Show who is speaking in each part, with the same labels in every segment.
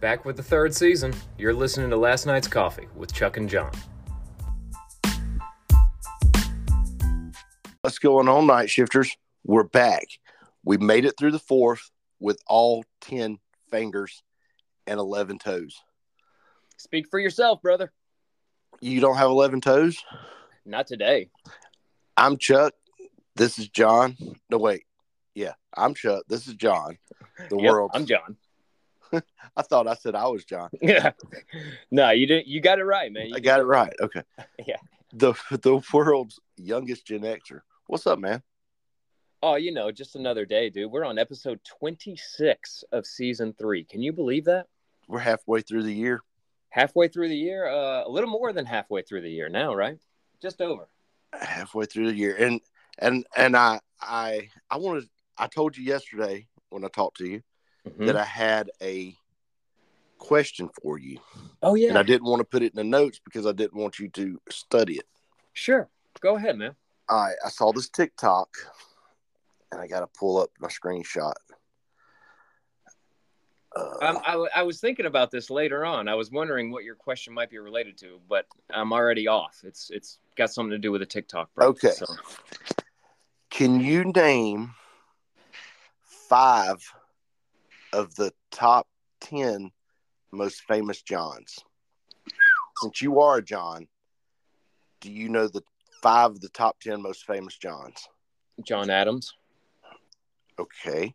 Speaker 1: back with the third season. You're listening to Last Night's Coffee with Chuck and John.
Speaker 2: What's going on, night shifters? We're back. We made it through the fourth with all 10 fingers and 11 toes.
Speaker 3: Speak for yourself, brother.
Speaker 2: You don't have 11 toes?
Speaker 3: Not today.
Speaker 2: I'm Chuck. This is John. No, wait. Yeah, I'm Chuck. This is John. The
Speaker 3: Yep,
Speaker 2: world.
Speaker 3: I'm John.
Speaker 2: I thought I said I was John.
Speaker 3: Yeah. no, you didn't. You got it right, man. You-
Speaker 2: I got it right. Okay.
Speaker 3: Yeah.
Speaker 2: The the world's youngest Gen Xer. What's up, man?
Speaker 3: oh, you know, just another day, dude. We're on episode 26 of season three. Can you believe that?
Speaker 2: We're halfway through the year.
Speaker 3: Halfway through the year, uh, a little more than halfway through the year now, right? Just over.
Speaker 2: Halfway through the year. And and and I I I wanted I told you yesterday when I talked to you
Speaker 3: Mhm.
Speaker 2: that I had a question for you.
Speaker 3: Oh,
Speaker 2: And I
Speaker 3: yeah.
Speaker 2: didn't want to put it in the notes because I didn't want you to study it.
Speaker 3: Sure. Go ahead, man.
Speaker 2: All right, I saw this TikTok and I gotta pull up my screenshot. Uh,
Speaker 3: Um, I, w- I was thinking about this later on. I was wondering what your question might be related to, but I'm already off. It's it's got something to do with a TikTok. Bro,
Speaker 2: Okay. Can you name five of the top 10 most famous Johns? Since you are a John, do you know the five of the top 10 most famous Johns?
Speaker 3: John Adams,
Speaker 2: Okay.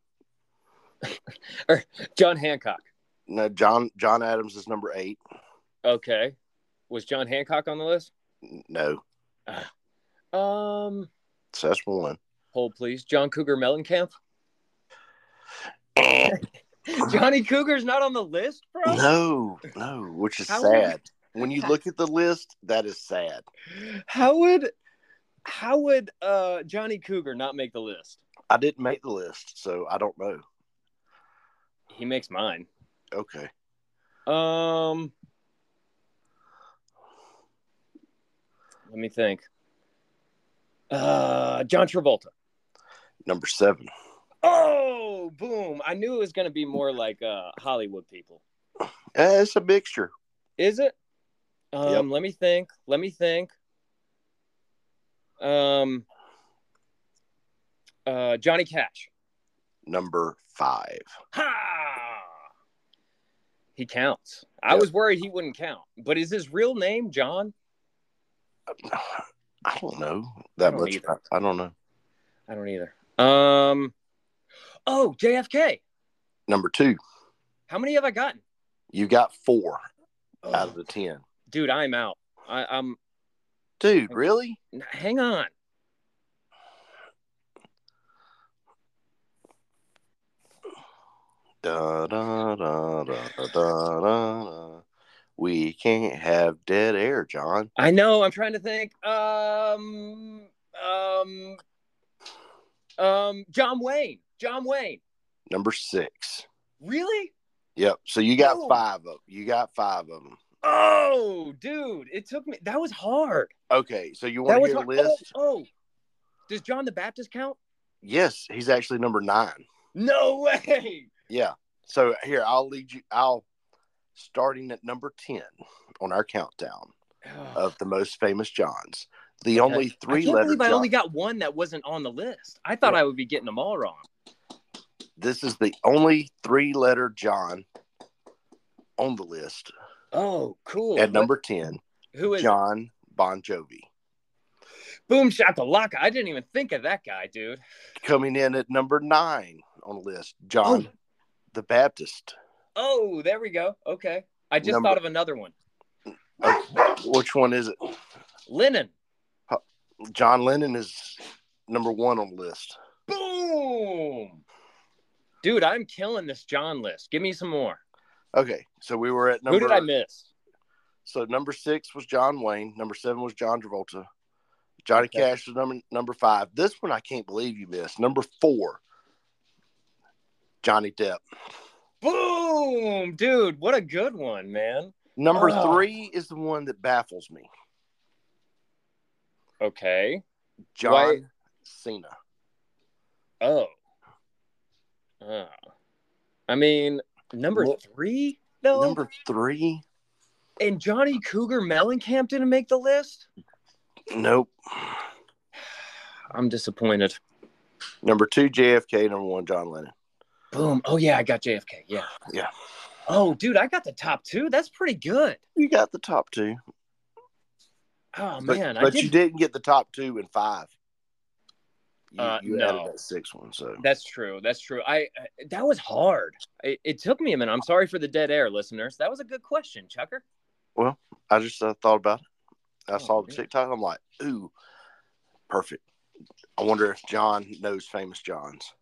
Speaker 3: John Hancock.
Speaker 2: No, John John Adams is number eight.
Speaker 3: Okay. Was John Hancock on the list?
Speaker 2: N- No.
Speaker 3: Um,
Speaker 2: So that's one.
Speaker 3: hold please. John Cougar Mellencamp. Johnny Cougar's not on the list, bro.
Speaker 2: No, no, which is
Speaker 3: How would-
Speaker 2: sad. When you look at the list, that is sad.
Speaker 3: How would how would uh Johnny Cougar not make the list?
Speaker 2: I didn't make the list, so I don't know.
Speaker 3: He makes mine.
Speaker 2: Okay.
Speaker 3: Um, let me think. Uh, John Travolta.
Speaker 2: Number seven.
Speaker 3: Oh, boom! I knew it was going to be more like uh, Hollywood people.
Speaker 2: Uh, it's a mixture.
Speaker 3: Is it? Um,
Speaker 2: Yep.
Speaker 3: let me think. Let me think. Um, uh, Johnny Cash.
Speaker 2: Number five.
Speaker 3: Ha! He counts. I
Speaker 2: Yep.
Speaker 3: was worried he wouldn't count, but is his real name John?
Speaker 2: I don't know
Speaker 3: I
Speaker 2: that
Speaker 3: don't
Speaker 2: much.
Speaker 3: either.
Speaker 2: about- I don't know.
Speaker 3: I don't either. Um, oh, JFK.
Speaker 2: Number two,
Speaker 3: How many have I gotten?
Speaker 2: you got four out
Speaker 3: Ugh,
Speaker 2: of the ten.
Speaker 3: Dude, I'm out. I, I'm.
Speaker 2: Dude, really?
Speaker 3: n- Hang on.
Speaker 2: Da, da, da, da, da, da, da. We can't have dead air, John.
Speaker 3: I know. I'm trying to think. Um, um, um. John Wayne. John Wayne.
Speaker 2: Number six.
Speaker 3: Really?
Speaker 2: Yep. So you got
Speaker 3: No.
Speaker 2: five of you got five of them.
Speaker 3: Oh, dude, it took me. That was hard.
Speaker 2: Okay. So you
Speaker 3: That
Speaker 2: want to
Speaker 3: was
Speaker 2: hear a
Speaker 3: hard.
Speaker 2: list?
Speaker 3: Oh, oh. does John the Baptist count?
Speaker 2: Yes. He's actually number nine.
Speaker 3: No way.
Speaker 2: Yeah. So here, I'll lead you. I'll starting at number ten on our countdown. of the most famous Johns.
Speaker 3: Okay.
Speaker 2: The Uh, only
Speaker 3: I
Speaker 2: three
Speaker 3: can't
Speaker 2: letter
Speaker 3: believe I
Speaker 2: John.
Speaker 3: only got one that wasn't on the list. I thought I would be getting them all wrong.
Speaker 2: This is the only three letter John on the list
Speaker 3: Oh, cool.
Speaker 2: at number 10,
Speaker 3: who is John.
Speaker 2: John Bon Jovi.
Speaker 3: Boom Shakalaka? I didn't even think of that guy, dude.
Speaker 2: Coming in at number nine on the list, John the Baptist.
Speaker 3: Oh, there we go. Okay. I just
Speaker 2: Number-
Speaker 3: thought of another one.
Speaker 2: Oh, Which one is it?
Speaker 3: Lennon.
Speaker 2: John Lennon is number one on the list.
Speaker 3: Boom. Dude, I'm killing this John list. Give me some more.
Speaker 2: Okay, so we were at number.
Speaker 3: Who did I miss?
Speaker 2: So number six was John Wayne. Number seven was John Travolta. Johnny
Speaker 3: Okay.
Speaker 2: Cash was number number five. This one I can't believe you missed. Number four, Johnny Depp.
Speaker 3: Boom. Dude, what a good one, man.
Speaker 2: Number
Speaker 3: Ah.
Speaker 2: three is the one that baffles me.
Speaker 3: Okay.
Speaker 2: John
Speaker 3: Why-
Speaker 2: Cena.
Speaker 3: Oh. Oh. I mean, number
Speaker 2: Well-
Speaker 3: three? No.
Speaker 2: Number three?
Speaker 3: and Johnny Cougar Mellencamp didn't make the list.
Speaker 2: Nope.
Speaker 3: I'm disappointed.
Speaker 2: Number two, JFK. Number one, John Lennon.
Speaker 3: Boom. Oh yeah, I got JFK. Yeah.
Speaker 2: Yeah.
Speaker 3: Oh, dude, I got the top two. That's pretty good.
Speaker 2: You got the top two.
Speaker 3: Oh
Speaker 2: But,
Speaker 3: man, I
Speaker 2: but
Speaker 3: did.
Speaker 2: you didn't get the top two and five. You,
Speaker 3: Uh,
Speaker 2: you
Speaker 3: no.
Speaker 2: added that six one, so
Speaker 3: That's true. That's true. I uh, that was hard. It, it took me a minute. I'm sorry for the dead air, listeners. That was a good question, Chucker.
Speaker 2: I just uh, thought about it. I
Speaker 3: Oh,
Speaker 2: saw the
Speaker 3: man.
Speaker 2: TikTok. I'm like, ooh, perfect. I wonder if John knows famous Johns.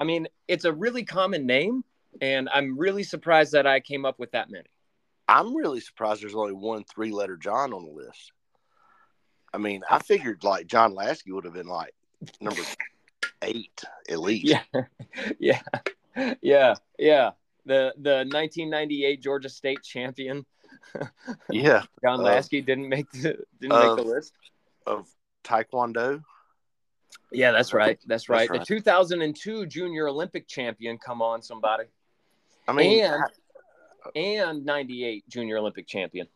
Speaker 3: I mean, it's a really common name, and I'm really surprised that I came up with that many.
Speaker 2: I'm really surprised there's only one three letter John on the list. I mean, I figured like John Lasky would have been like number eight at least.
Speaker 3: Yeah. yeah, yeah, yeah. The the 1998 Georgia State champion
Speaker 2: Yeah.
Speaker 3: John
Speaker 2: Uh,
Speaker 3: Lasky didn't make the didn't
Speaker 2: uh,
Speaker 3: make the list.
Speaker 2: Of Taekwondo.
Speaker 3: Yeah, that's right. That's right.
Speaker 2: right.
Speaker 3: The 2002 Junior Olympic champion. Come on, somebody.
Speaker 2: I mean,
Speaker 3: and and 98 Junior Olympic champion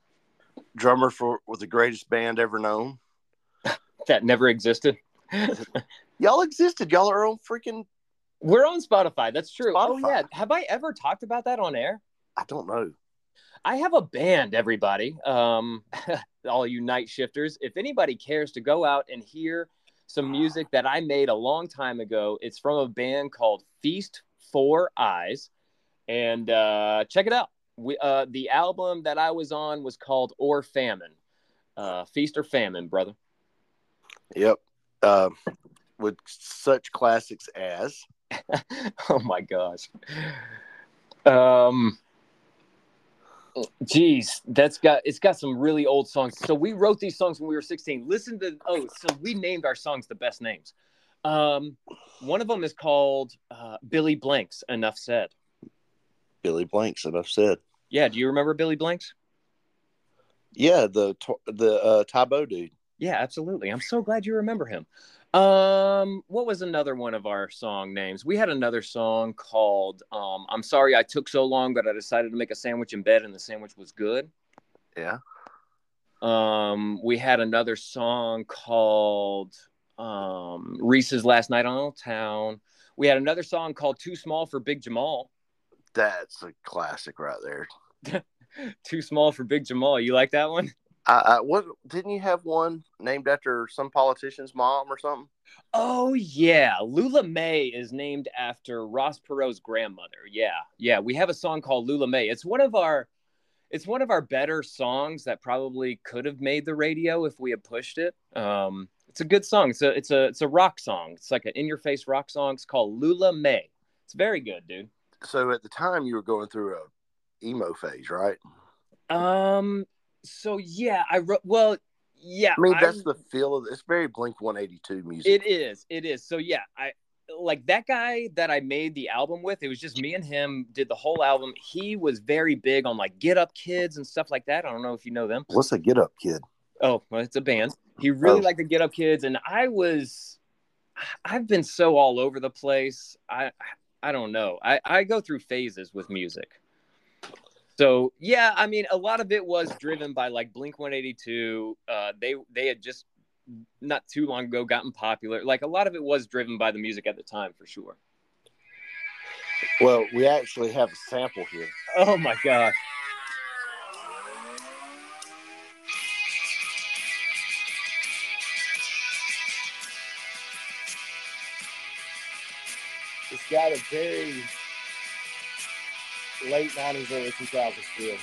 Speaker 2: drummer for with the greatest band ever known.
Speaker 3: that never existed.
Speaker 2: Y'all existed. Y'all are on freaking.
Speaker 3: We're on Spotify. That's true. Oh
Speaker 2: Spotify.
Speaker 3: yeah. Have I ever talked about that on air?
Speaker 2: I don't know.
Speaker 3: I have a band, everybody. Um, all you night shifters. If anybody cares to go out and hear some music that I made a long time ago, it's from a band called Feast Four Eyes, and uh, check it out. We, uh, the album that I was on was called Or Famine, uh, Feast or Famine, brother.
Speaker 2: Yep. Uh, with such classics as
Speaker 3: oh my gosh. Um geez, that's got it's got some really old songs. So we wrote these songs when we were 16. Listen to oh, so we named our songs the best names. Um one of them is called uh, Billy Blanks, enough said.
Speaker 2: Billy Blanks. Enough said.
Speaker 3: Yeah, do you remember Billy Blanks?
Speaker 2: Yeah, the tw- the uh, Tybo dude.
Speaker 3: Yeah, absolutely. I'm so glad you remember him. Um, what was another one of our song names? We had another song called um, "I'm Sorry I Took So Long," but I decided to make a sandwich in bed, and the sandwich was good.
Speaker 2: Yeah.
Speaker 3: Um, we had another song called um, "Reese's Last Night on Old Town." We had another song called "Too Small for Big Jamal."
Speaker 2: That's a classic right there.
Speaker 3: Too small for Big Jamal. You like that one?
Speaker 2: I, I what didn't you have one named after some politician's mom or something?
Speaker 3: Oh yeah, Lula May is named after Ross Perot's grandmother. Yeah, yeah, we have a song called Lula May. It's one of our, it's one of our better songs that probably could have made the radio if we had pushed it. Um, it's a good song. It's a it's a it's a rock song. It's like an in your face rock song. It's called Lula May. It's very good, dude.
Speaker 2: So at the time you were going through a emo phase, right?
Speaker 3: Um, so yeah, I wrote. Well, yeah,
Speaker 2: I mean,
Speaker 3: I-
Speaker 2: that's the feel of it's very Blink One Eighty Two music.
Speaker 3: It is. It is. So yeah, I like that guy that I made the album with. It was just me and him did the whole album. He was very big on like Get Up Kids and stuff like that. I don't know if you know them.
Speaker 2: What's a get up kid?
Speaker 3: Oh, well, it's a band. He really
Speaker 2: Oh.
Speaker 3: liked the Get Up Kids, and I was, I've been so all over the place. I, I don't know. I I go through phases with music. So yeah, I mean, a lot of it was driven by like Blink One Eighty Two. Uh, they they had just not too long ago gotten popular. Like a lot of it was driven by the music at the time for sure.
Speaker 2: Well, we actually have a sample here.
Speaker 3: Oh my god.
Speaker 2: It's got a very late nineties, early two thousands feel.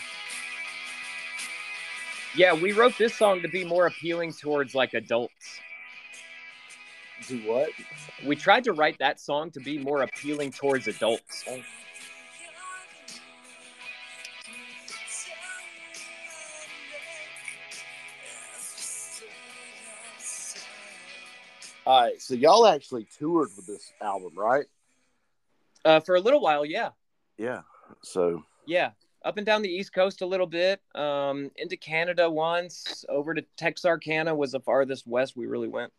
Speaker 3: Yeah, we wrote this song to be more appealing towards like adults.
Speaker 2: Do what?
Speaker 3: We tried to write that song to be more appealing towards adults.
Speaker 2: All right, so y'all actually toured with this album, right?
Speaker 3: Uh, for a little while, yeah.
Speaker 2: Yeah. So
Speaker 3: Yeah, up and down the East Coast a little bit, um, into Canada once, over to Texarkana was the farthest west we really went.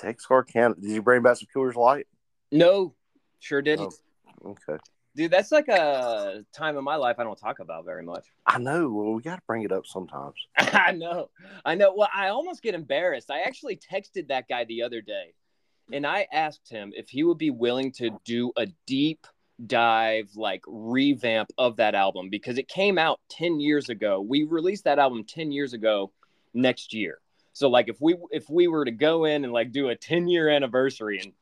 Speaker 2: Texarkana. Did you bring back some Coors Light?
Speaker 3: No, sure didn't.
Speaker 2: Okay.
Speaker 3: Dude, that's like a time in my life I don't talk about very much.
Speaker 2: I know. Well, we got to bring it up sometimes.
Speaker 3: I know. I know. Well, I almost get embarrassed. I actually texted that guy the other day and I asked him if he would be willing to do a deep dive, like revamp of that album because it came out 10 years ago. We released that album 10 years ago next year. So like if we if we were to go in and like do a 10 year anniversary and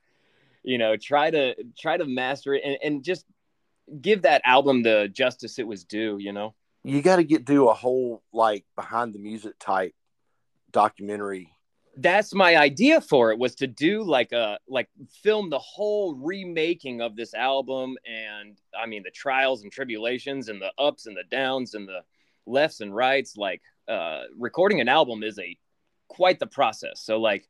Speaker 3: you know try to try to master it and, and just give that album the justice it was due, you know.
Speaker 2: You got to get do a whole like behind the music type documentary
Speaker 3: that's my idea for it was to do like a like film the whole remaking of this album and i mean the trials and tribulations and the ups and the downs and the lefts and rights like uh recording an album is a quite the process so like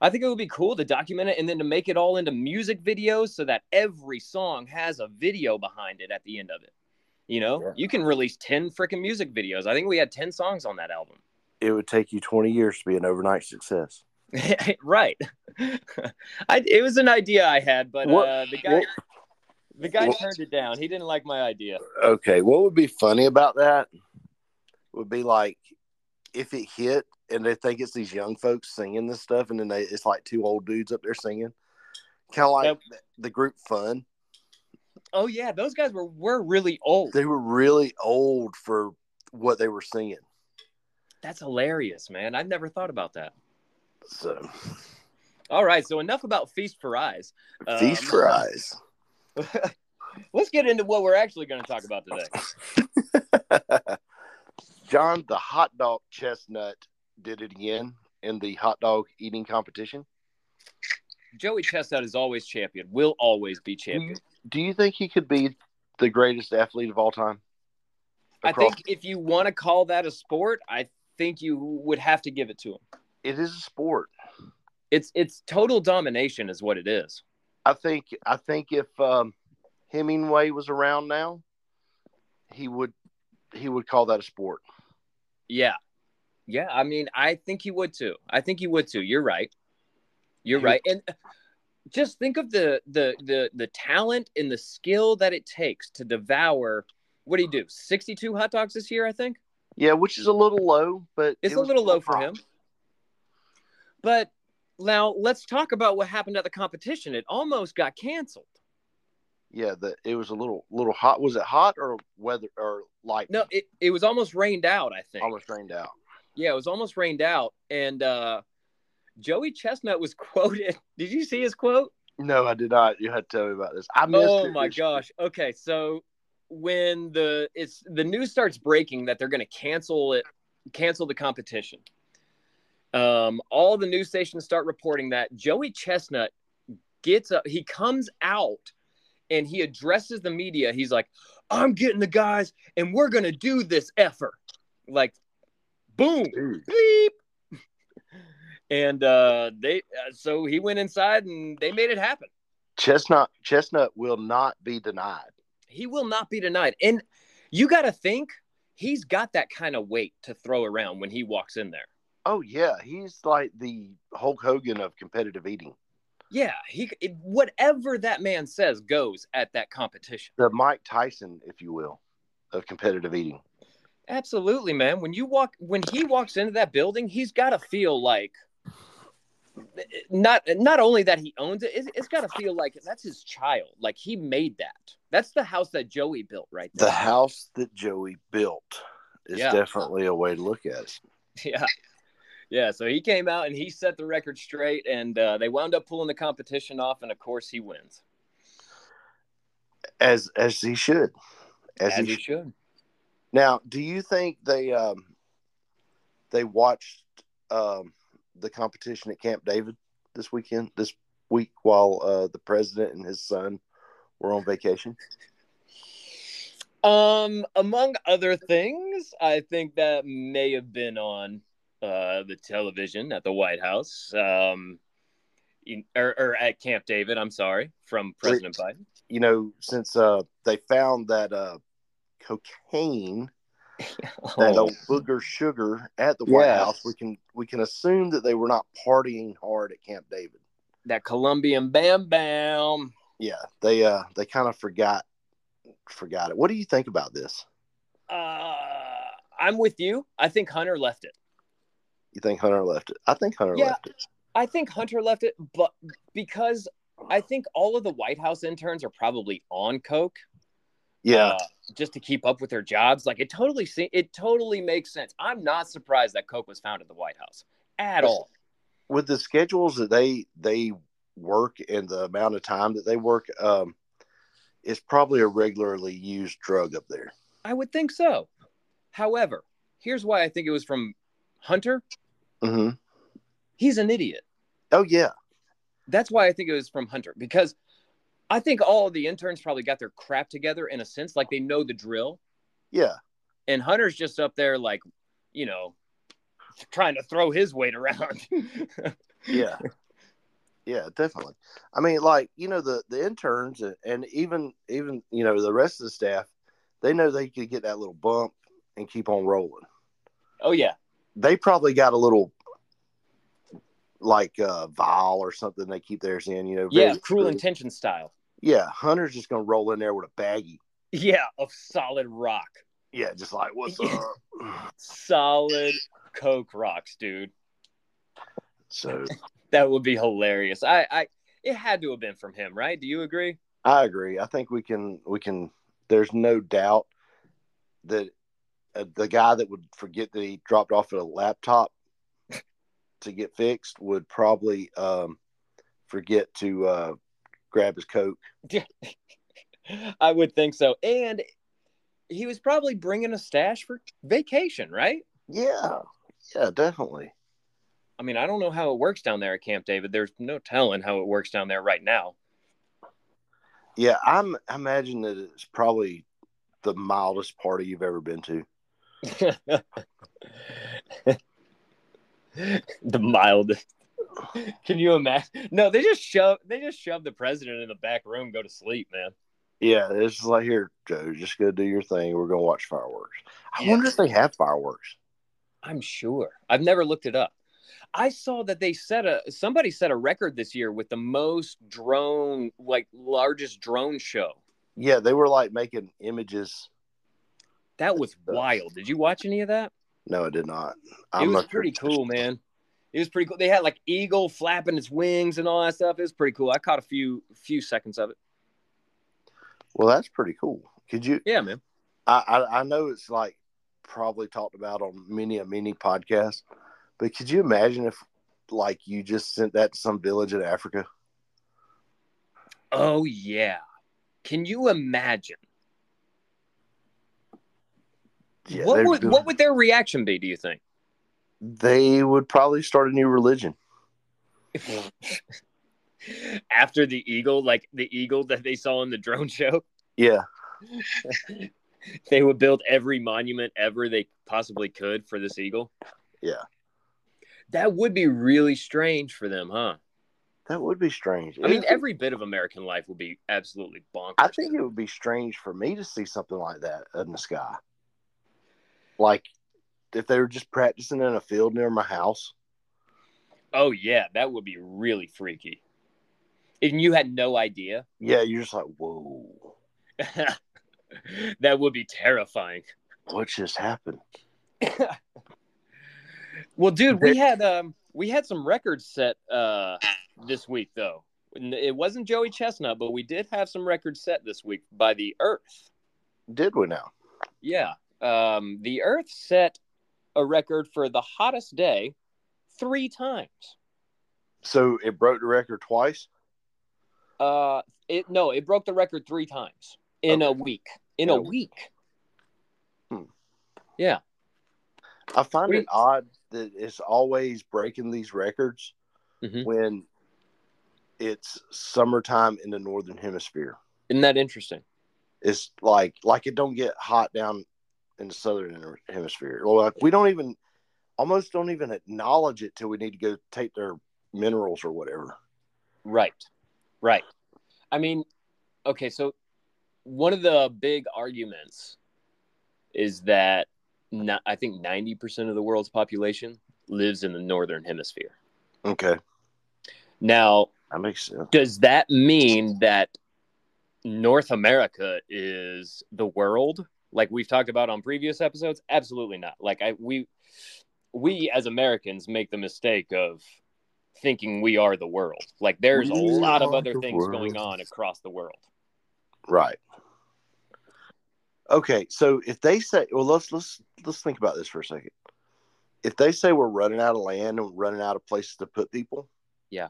Speaker 3: i think it would be cool to document it and then to make it all into music videos so that every song has a video behind it at the end of it you know
Speaker 2: Sure.
Speaker 3: you can release 10 freaking music videos i think we had 10 songs on that album
Speaker 2: it would take you 20 years to be an overnight success.
Speaker 3: right. I, it was an idea I had, but
Speaker 2: What-
Speaker 3: uh, the guy
Speaker 2: what-
Speaker 3: the guy
Speaker 2: what-
Speaker 3: turned it down. He didn't like my idea.
Speaker 2: Okay, what would be funny about that would be like if it hit and they think it's these young folks singing this stuff, and then they, it's like two old dudes up there singing, kind of like the group Fun.
Speaker 3: Oh yeah, those guys were were really old.
Speaker 2: They were really old for what they were singing,
Speaker 3: That's hilarious, man. I've never thought about that.
Speaker 2: so
Speaker 3: All right, so enough about feast for eyes.
Speaker 2: feast
Speaker 3: Um,
Speaker 2: for eyes.
Speaker 3: Let's get into what we're actually going to talk about today.
Speaker 2: John the hot dog chestnut did it again in the hot dog eating competition.
Speaker 3: Joey Chestnut is always champion. Will always
Speaker 2: Mm-hmm.
Speaker 3: be champion.
Speaker 2: Do you think he could be the greatest athlete of all time?
Speaker 3: I
Speaker 2: Across-
Speaker 3: think if you want to call that a sport, I think you would have to give it to him.
Speaker 2: it is a sport.
Speaker 3: It's it's total domination is what it is.
Speaker 2: I think I think if um, Hemingway was around now, he would he would call that a sport.
Speaker 3: Yeah. Yeah. I mean, I think he would too. I think he would too. You're right. You're
Speaker 2: He-
Speaker 3: right. And just think of the the the the talent and the skill that it takes to devour what do you do? 62 hot dogs this year, I think.
Speaker 2: Yeah, which is a little low, but
Speaker 3: It's
Speaker 2: it
Speaker 3: a
Speaker 2: was
Speaker 3: little low for
Speaker 2: hot.
Speaker 3: him. But now let's talk about what happened at the competition. It almost got canceled.
Speaker 2: Yeah, the, it was a little little hot. Was it hot or weather or like
Speaker 3: No, it, it was almost rained out, I think.
Speaker 2: almost rained out?
Speaker 3: Yeah, it was almost rained out. And uh Joey Chestnut was quoted. Did you see his quote?
Speaker 2: No, I did not. You had to tell me about this. I missed.
Speaker 3: Oh
Speaker 2: it.
Speaker 3: my
Speaker 2: It's-
Speaker 3: gosh. Okay, so when the it's the news starts breaking that they're going to cancel it, cancel the competition. Um, all the news stations start reporting that Joey Chestnut gets up. He comes out and he addresses the media. He's like, "I'm getting the guys, and we're going to do this effort." Like, boom
Speaker 2: Dude,
Speaker 3: beep. And uh, they uh, so he went inside and they made it happen.
Speaker 2: Chestnut Chestnut will not be denied.
Speaker 3: he will not be denied. And you got to think he's got that kind of weight to throw around when he walks in there.
Speaker 2: Oh yeah, he's like the Hulk Hogan of competitive eating.
Speaker 3: Yeah, he it, whatever that man says goes at that competition.
Speaker 2: the Mike Tyson, if you will, of competitive eating.
Speaker 3: Absolutely, man. When you walk when he walks into that building, he's got to feel like not not only that he owns it, it's, it's got to feel like that's his child. Like he made that. That's the house that Joey built right there.
Speaker 2: The house that Joey built is
Speaker 3: Yeah.
Speaker 2: definitely a way to look at it.
Speaker 3: Yeah. Yeah. So he came out and he set the record straight, and uh, they wound up pulling the competition off, and of course he wins.
Speaker 2: As as he should. As, he, should.
Speaker 3: should.
Speaker 2: Now, do you think they um they watched um the competition at Camp David this weekend this week while uh the president and his son were on vacation?
Speaker 3: Um, among other things, I think that may have been on uh, the television at the White House, um, in- or, or at Camp David. I'm sorry, from President Biden.
Speaker 2: You know, since uh they found that uh cocaine that old booger sugar at the White
Speaker 3: Yeah.
Speaker 2: House, we can we can assume that they were not partying hard at Camp David.
Speaker 3: that Oh, Colombian Bam Bam.
Speaker 2: Yeah, they uh they kind of forgot forgot it. What do you think about this?
Speaker 3: Uh, I'm with you. I think Hunter left it.
Speaker 2: You think Hunter left it? I think Hunter
Speaker 3: Yeah.
Speaker 2: left it.
Speaker 3: I think Hunter left it, but because I think all of the White House interns are probably on coke.
Speaker 2: Yeah.
Speaker 3: uh, just to keep up with their jobs. Like it totally, se- it totally makes sense. I'm not surprised that coke was found at the White House at all.
Speaker 2: with the schedules that they they work and the amount of time that they work, um, it's probably a regularly used drug up there.
Speaker 3: I would think so. However, here's why I think it was from Hunter.
Speaker 2: Mm-hmm.
Speaker 3: He's an idiot.
Speaker 2: Oh yeah,
Speaker 3: That's why I think it was from Hunter because I think all of the interns probably got their crap together in a sense, like they know the drill.
Speaker 2: yeah.
Speaker 3: And Hunter's just up there, like, you know, trying to throw his weight around.
Speaker 2: yeah yeah definitely i mean like you know the the interns and, and even even you know the rest of the staff they know they could get that little bump and keep on rolling
Speaker 3: oh, yeah.
Speaker 2: they probably got a little like uh vial or something they keep theirs in you know
Speaker 3: Yeah.
Speaker 2: very-
Speaker 3: Cruel intention style.
Speaker 2: yeah hunter's just gonna roll in there with a baggie
Speaker 3: Yeah. Of solid rock.
Speaker 2: yeah just like what's up
Speaker 3: solid coke rocks dude
Speaker 2: so
Speaker 3: that would be hilarious i i it had to have been from him right do you agree
Speaker 2: I agree. I think we can we can. There's no doubt that uh, the guy that would forget that he dropped off a laptop to get fixed would probably um, forget to uh, grab his coat.
Speaker 3: i would think so and he was probably bringing a stash for vacation right
Speaker 2: Yeah, yeah, definitely.
Speaker 3: i mean i don't know how it works down there at camp david there's no telling how it works down there right now
Speaker 2: Yeah, I'm. I imagine that it's probably the mildest party you've ever been to.
Speaker 3: the mildest can you imagine no they just shove they just shove the president in the back room go to sleep man
Speaker 2: Yeah, it's just like here, Joe. Just go do your thing. We're gonna watch fireworks. I
Speaker 3: Yeah.
Speaker 2: wonder if they have fireworks.
Speaker 3: I'm sure. I've never looked it up. I saw that they set a somebody set a record this year with the most drone like largest drone show.
Speaker 2: Yeah, they were like making images
Speaker 3: That was wild. Did you watch any of that?
Speaker 2: No, it did not.
Speaker 3: It was
Speaker 2: not sure.
Speaker 3: pretty cool, man. It was pretty cool. They had like eagle flapping its wings and all that stuff. It was pretty cool. I caught a few few seconds of it.
Speaker 2: Well, that's pretty cool. Could you?
Speaker 3: Yeah, man.
Speaker 2: I, I I know it's like probably talked about on many a many podcast, but could you imagine if like you just sent that to some village in Africa?
Speaker 3: Oh yeah. Can you imagine? what
Speaker 2: they
Speaker 3: would
Speaker 2: doing-
Speaker 3: what would their reaction be, do you think?
Speaker 2: they would probably start a new religion?
Speaker 3: After the eagle, like the eagle that they saw in the drone show.
Speaker 2: Yeah,
Speaker 3: they would build every monument ever they possibly could for this eagle.
Speaker 2: Yeah.
Speaker 3: That would be really strange for them, huh?
Speaker 2: that would be strange.
Speaker 3: I mean,
Speaker 2: It-
Speaker 3: every bit of American life would be absolutely bonkers.
Speaker 2: I think it would be strange for me to see something like that in the sky. Like if they were just practicing in a field near my house.
Speaker 3: oh, yeah, that would be really freaky. And you had no idea.
Speaker 2: Yeah, you're just like, whoa,
Speaker 3: that would be terrifying.
Speaker 2: what just happened?
Speaker 3: Well, dude, we had um we had some records set uh this week though. N- It wasn't Joey Chestnut, but we did have some records set this week by the Earth.
Speaker 2: Did we now?
Speaker 3: Yeah. Um, the Earth set a record for the hottest day three times.
Speaker 2: So it broke the record twice.
Speaker 3: Uh, it no, it broke the record three times in a week. In
Speaker 2: In
Speaker 3: a
Speaker 2: a
Speaker 3: week.
Speaker 2: I find
Speaker 3: Wait.
Speaker 2: it odd that it's always breaking these records
Speaker 3: Mhm.
Speaker 2: when it's summertime in the northern hemisphere.
Speaker 3: Isn't that interesting?
Speaker 2: It's like like it don't get hot down in the southern hem- hemisphere. Or Like we don't even almost don't even acknowledge it till we need to go take their minerals or whatever.
Speaker 3: Right. Right. I mean, okay, so one of the big arguments is that not, I think 90% of the world's population lives in the northern hemisphere.
Speaker 2: Okay,
Speaker 3: Now,
Speaker 2: that makes sense.
Speaker 3: does that mean that North America is the world, like we've talked about on previous episodes? Absolutely not. Like I we we as Americans make the mistake of thinking we are the world. Like there's a
Speaker 2: We
Speaker 3: lot of
Speaker 2: are
Speaker 3: other
Speaker 2: the
Speaker 3: things
Speaker 2: world.
Speaker 3: going on across the world.
Speaker 2: Right. Okay, so if they say, well, let's let's let's think about this for a second. If they say we're running out of land and running out of places to put people,
Speaker 3: Yeah.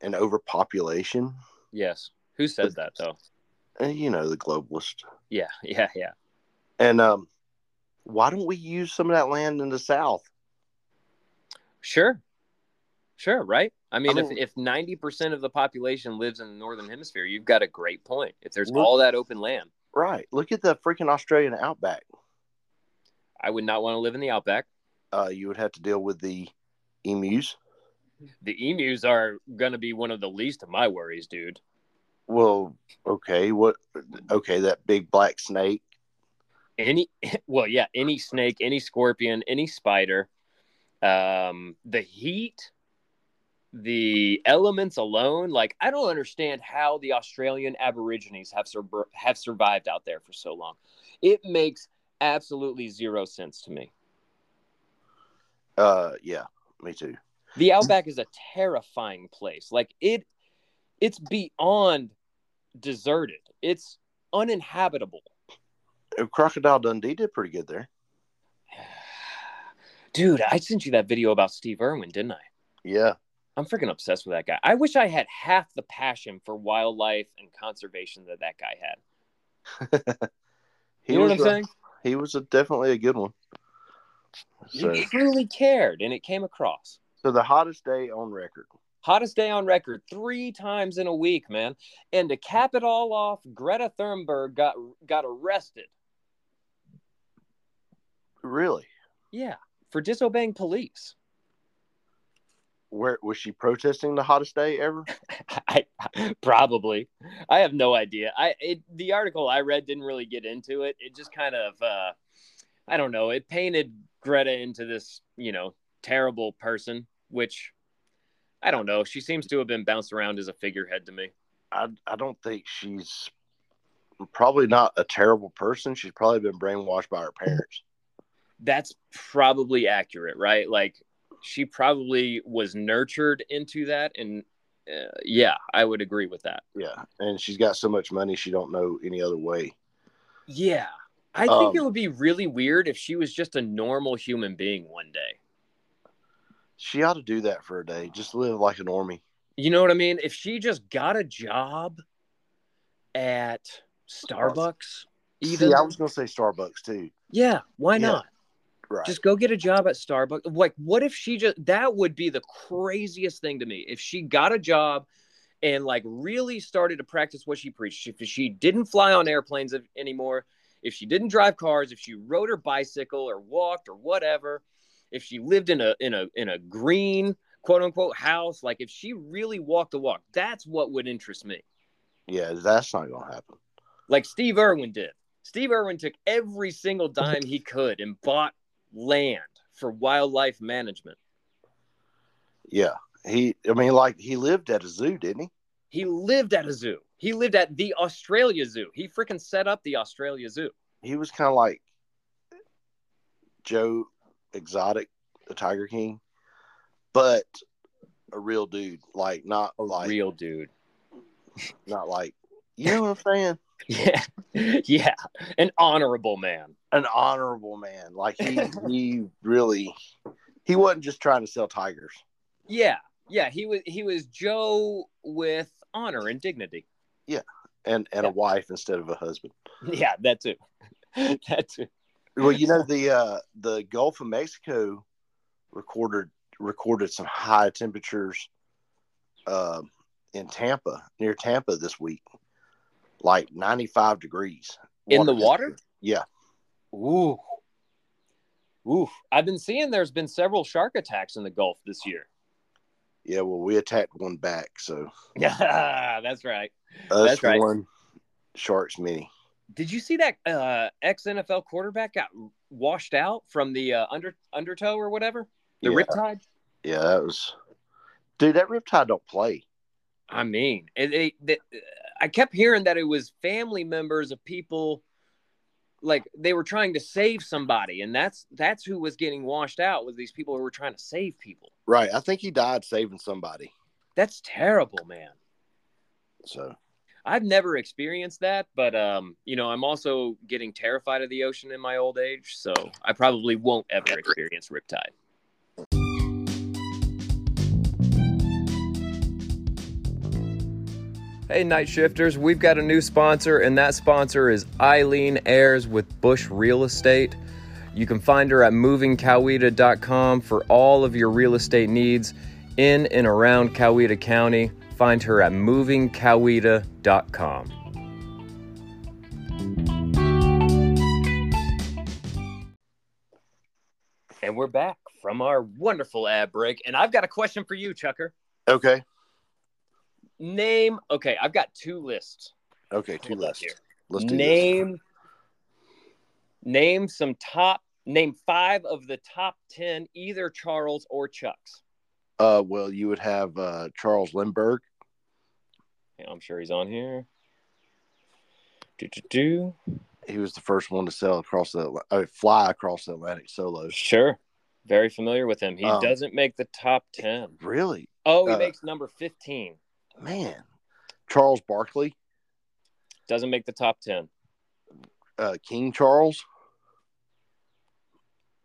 Speaker 2: and overpopulation,
Speaker 3: Yes. Who says that though?
Speaker 2: and you know the globalist,
Speaker 3: Yeah, yeah, yeah.
Speaker 2: and um, why don't we use some of that land in the South?
Speaker 3: Sure. Sure, right? I mean,
Speaker 2: mean-
Speaker 3: if, if 90% of the population lives in the northern hemisphere, you've got a great point. If there's
Speaker 2: Look-
Speaker 3: all that open land,
Speaker 2: Right. Look at the freaking Australian outback.
Speaker 3: I would not want to live in the outback.
Speaker 2: Uh, you would have to deal with the emus.
Speaker 3: The emus are going to be one of the least of my worries, dude.
Speaker 2: Well, okay, what? Okay, that big black snake.
Speaker 3: Any well, yeah, any snake, any scorpion, any spider, um the heat, the elements alone, like I don't understand how the Australian aborigines have sur- have survived out there for so long. It makes absolutely zero sense to me.
Speaker 2: Uh, yeah, me too.
Speaker 3: The outback is a terrifying place. Like it it's beyond deserted. It's uninhabitable.
Speaker 2: Uh, Crocodile Dundee did pretty good there.
Speaker 3: Dude, I sent you that video about Steve Irwin, didn't I?
Speaker 2: Yeah.
Speaker 3: I'm freaking obsessed with that guy. I wish I had half the passion for wildlife and conservation that that guy had.
Speaker 2: He
Speaker 3: You know what I'm
Speaker 2: was a-
Speaker 3: saying?
Speaker 2: He was a, definitely a good one. So,
Speaker 3: He truly cared, and it came across.
Speaker 2: so the hottest day on record.
Speaker 3: Hottest day on record, three times in a week, man. And to cap it all off, Greta Thunberg got got arrested.
Speaker 2: Really?
Speaker 3: Yeah, for disobeying police.
Speaker 2: Where was she protesting the hottest day ever?
Speaker 3: I probably. I have no idea. I it, the article I read didn't really get into it. It just kind of uh I don't know, it painted Greta into this, you know, terrible person, which I don't know. She seems to have been bounced around as a figurehead to me.
Speaker 2: I I don't think she's probably not a terrible person. She's probably been brainwashed by her parents.
Speaker 3: That's probably accurate, right? Like she probably was nurtured into that and uh, yeah, I would agree with that.
Speaker 2: Yeah, and she's got so much money she don't know any other way.
Speaker 3: Yeah. I think
Speaker 2: Um,
Speaker 3: it would be really weird if she was just a normal human being one day.
Speaker 2: She ought to do that for a day. Just live like an normie.
Speaker 3: You know what I mean? If she just got a job at Starbucks, even
Speaker 2: See, I was gonna say Starbucks too.
Speaker 3: yeah, why
Speaker 2: Yeah,
Speaker 3: not?
Speaker 2: Right.
Speaker 3: Just go get a job at Starbucks. Like, what if she just that would be the craziest thing to me if she got a job and like really started to practice what she preached. If she didn't fly on airplanes if- anymore, if she didn't drive cars, if she rode her bicycle or walked or whatever, if she lived in a in a in a green quote unquote house, like if she really walked the walk, that's what would interest me
Speaker 2: yeah, that's not gonna happen.
Speaker 3: like Steve Irwin did. Steve Irwin took every single dime he could and bought land for wildlife management.
Speaker 2: Yeah, he. I mean, like he lived at a zoo, didn't he?
Speaker 3: He lived at a zoo. He lived at the Australia Zoo. He freaking set up the Australia Zoo.
Speaker 2: he was kind of like Joe Exotic, the Tiger King, but a real dude, like not like
Speaker 3: Real dude.
Speaker 2: not like you know what I'm saying,
Speaker 3: Yeah. yeah. An honorable man.
Speaker 2: an honorable man. Like he he really he wasn't just trying to sell tigers.
Speaker 3: Yeah. Yeah. He was he was Joe with honor and dignity.
Speaker 2: And, and
Speaker 3: Yeah.
Speaker 2: a wife instead of a husband.
Speaker 3: Yeah, that too. that too.
Speaker 2: Well, you know the uh, the Gulf of Mexico recorded recorded some high temperatures uh, in Tampa near Tampa this week, like ninety five degrees
Speaker 3: In the water?
Speaker 2: temperature. Yeah,
Speaker 3: Ooh. Ooh. I've been seeing there's been several shark attacks in the Gulf this year.
Speaker 2: yeah. Well, we attacked one back, so
Speaker 3: Yeah, that's right.
Speaker 2: us
Speaker 3: That's right.
Speaker 2: one sharks many.
Speaker 3: Did you see that uh, ex NFL quarterback got washed out from the uh, under undertow or whatever? The
Speaker 2: Yeah.
Speaker 3: riptide.
Speaker 2: Yeah, that was dude. That riptide don't play.
Speaker 3: I mean, it, it, that- I kept hearing that it was family members of people like they were trying to save somebody and that's that's who was getting washed out was these people who were trying to save people.
Speaker 2: Right. I think he died saving somebody.
Speaker 3: That's terrible, man.
Speaker 2: So
Speaker 3: I've never experienced that, but um, you know, I'm also getting terrified of the ocean in my old age, so I probably won't ever experience riptide.
Speaker 1: Hey, night shifters, we've got a new sponsor, and that sponsor is Eileen Ayers with Bush Real Estate. You can find her at movingcoweta.com for all of your real estate needs in and around Coweta County. Find her at movingcoweta.com.
Speaker 3: And we're back from our wonderful ad break, and I've got a question for you, Chucker.
Speaker 2: okay,
Speaker 3: Name, okay, I've got two lists.
Speaker 2: okay, two
Speaker 3: pulled up
Speaker 2: left.
Speaker 3: here.
Speaker 2: Let's do this.
Speaker 3: name name some top name five of the top 10 either charles or chucks
Speaker 2: Uh, well, you would have uh, Charles Lindbergh.
Speaker 3: i'm sure he's on here do do do
Speaker 2: He was the first one to sell across the Atl- uh, fly across the Atlantic solo.
Speaker 3: sure very familiar with him he
Speaker 2: Um,
Speaker 3: doesn't make the top 10
Speaker 2: Really,
Speaker 3: oh he
Speaker 2: uh,
Speaker 3: makes number 15
Speaker 2: man. Charles Barkley,
Speaker 3: doesn't make the top 10
Speaker 2: uh, King Charles,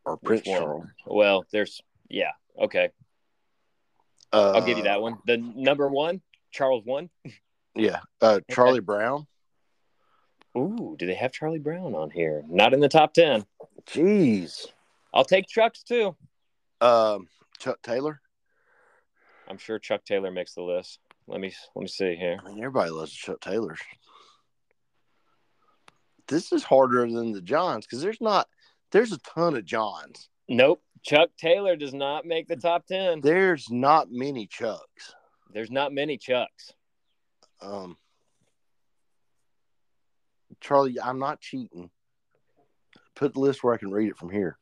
Speaker 2: or
Speaker 3: Which
Speaker 2: Prince
Speaker 3: one?
Speaker 2: Charles.
Speaker 3: well there's yeah okay
Speaker 2: Uh,
Speaker 3: i'll give you that one the number one charles one
Speaker 2: Yeah, uh, Charlie Brown.
Speaker 3: ooh do they have charlie brown on here not in the top 10
Speaker 2: Jeez.
Speaker 3: i'll take chucks too
Speaker 2: Um, Chuck Taylor.
Speaker 3: I'm sure Chuck Taylor makes the list. Let me let me see here.
Speaker 2: I mean, everybody loves Chuck Taylor. This is harder than the Johns because there's not there's a ton of Johns.
Speaker 3: Nope, Chuck Taylor does not make the top ten.
Speaker 2: There's not many Chucks.
Speaker 3: There's not many Chucks.
Speaker 2: Um, Charlie, I'm not cheating. Put the list where I can read it from here.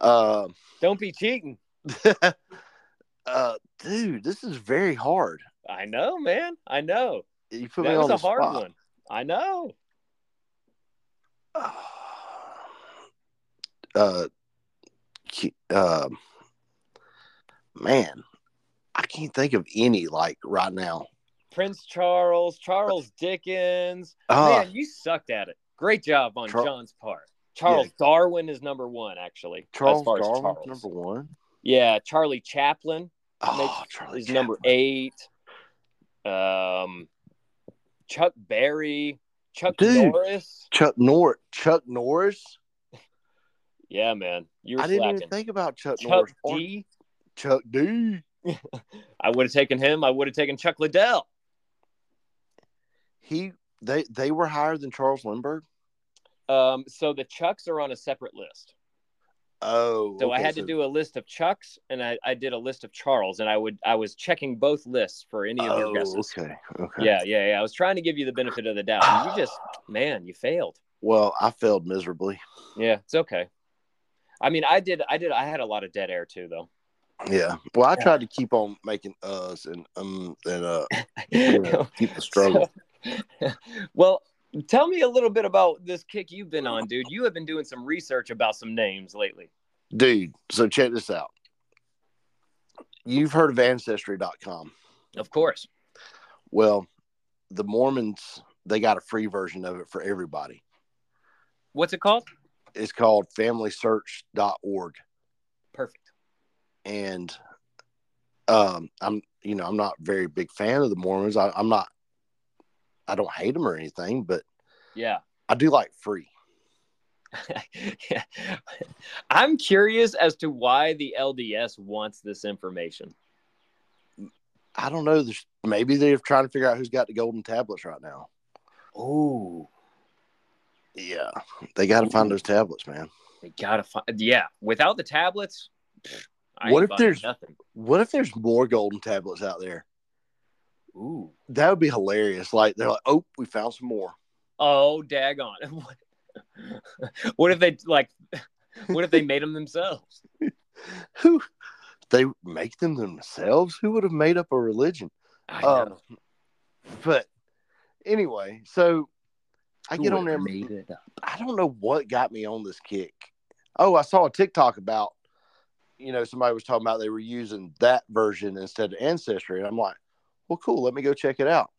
Speaker 2: Um,
Speaker 3: Don't be cheating.
Speaker 2: uh, dude, this is very hard.
Speaker 3: I know, man. I know.
Speaker 2: You put me
Speaker 3: That
Speaker 2: on
Speaker 3: was
Speaker 2: the
Speaker 3: a hard
Speaker 2: spot.
Speaker 3: one. I know.
Speaker 2: Uh, ki- um, man, I can't think of any like right now.
Speaker 3: Prince Charles, Charles Dickens.
Speaker 2: Uh,
Speaker 3: man, you sucked at it. Great job on
Speaker 2: Char-
Speaker 3: John's part. Charles Darwin is number one, actually. as
Speaker 2: Charles
Speaker 3: far as
Speaker 2: Darwin's
Speaker 3: Charles.
Speaker 2: number one.
Speaker 3: Yeah, Charlie Chaplin
Speaker 2: Oh,
Speaker 3: Makes-
Speaker 2: Charlie
Speaker 3: is number
Speaker 2: Chaplin.
Speaker 3: eight. Um, Chuck Berry, Chuck
Speaker 2: Dude.
Speaker 3: Norris.
Speaker 2: Chuck Nor Chuck Norris.
Speaker 3: Yeah, man, you were
Speaker 2: I didn't
Speaker 3: slacking.
Speaker 2: even think about Chuck,
Speaker 3: Chuck
Speaker 2: Norris or
Speaker 3: D.
Speaker 2: Chuck D.
Speaker 3: I would have taken him. I would have taken Chuck Liddell.
Speaker 2: He they they were higher than Charles Lindbergh.
Speaker 3: Um, so the Chucks are on a separate list.
Speaker 2: Oh,
Speaker 3: So I
Speaker 2: okay,
Speaker 3: had to do a list of Chucks, and I, I did a list of Charles, and I would I was checking both lists for any of your
Speaker 2: Oh,
Speaker 3: guesses.
Speaker 2: okay, okay.
Speaker 3: Yeah, yeah, yeah. I was trying to give you the benefit of the doubt. and you just, man, you failed.
Speaker 2: Well, I failed miserably.
Speaker 3: Yeah, it's okay. I mean, I did, I did, I had a lot of dead air too, though.
Speaker 2: Yeah. Well, I tried to keep on making us and um and uh you know, keep the struggle.
Speaker 3: So- well, tell me a little bit about this kick you've been on, dude. You have been doing some research about some names lately.
Speaker 2: Dude, so check this out. You've heard of ancestry.com.
Speaker 3: Of course.
Speaker 2: Well, the Mormons, they got a free version of it for everybody.
Speaker 3: What's it called?
Speaker 2: It's called familysearch.org.
Speaker 3: Perfect.
Speaker 2: and um i'm you know i'm not a very big fan of the mormons I, i'm not i don't hate them or anything but
Speaker 3: Yeah.
Speaker 2: i do like free
Speaker 3: I'm curious as to why the LDS wants this information.
Speaker 2: i don't know there's, maybe they're trying to figure out who's got the golden tablets right now
Speaker 3: Oh,
Speaker 2: yeah they got to find those tablets man
Speaker 3: they gotta find. Yeah, without the tablets, pfft, I
Speaker 2: What
Speaker 3: ain't
Speaker 2: if
Speaker 3: buying
Speaker 2: there's-
Speaker 3: nothing?
Speaker 2: what if there's more golden tablets out there
Speaker 3: Ooh.
Speaker 2: that would be hilarious like they're like oh we found some more
Speaker 3: Oh, daggone. What, what if they like? What if they made them themselves?
Speaker 2: who they Uh, make them themselves who would have made up a religion
Speaker 3: I
Speaker 2: Um, but Anyway, so I get
Speaker 3: Who
Speaker 2: on there.
Speaker 3: Made it up.
Speaker 2: I don't know what got me on this kick. Oh, I saw a TikTok about, you know, somebody was talking about they were using that version instead of Ancestry. And I'm like, well, cool, let me go check it out.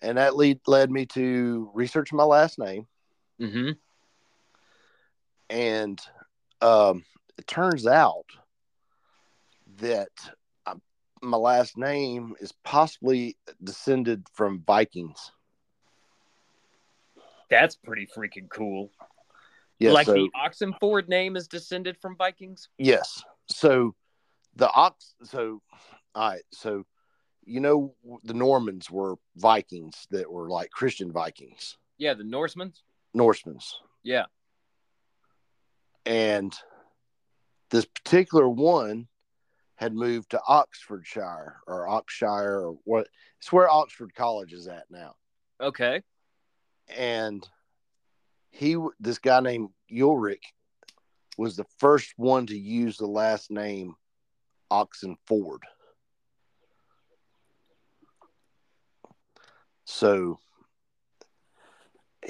Speaker 2: And that lead led me to research my last name.
Speaker 3: Mm-hmm.
Speaker 2: And um, it turns out that I, my last name is possibly descended from Vikings.
Speaker 3: That's pretty freaking cool.
Speaker 2: Yeah,
Speaker 3: like
Speaker 2: so-
Speaker 3: the Oxenford name is descended from Vikings.
Speaker 2: Yes. So the ox. So all right. So you know the Normans were Vikings that were like Christian Vikings,
Speaker 3: Yeah, the Norsemen.
Speaker 2: Norsemen's,
Speaker 3: Yeah.
Speaker 2: and this particular one had moved to Oxfordshire or Oxshire or what? It's where Oxford College is at now,
Speaker 3: Okay.
Speaker 2: and he this guy named Ulrich was the first one to use the last name Oxenford. So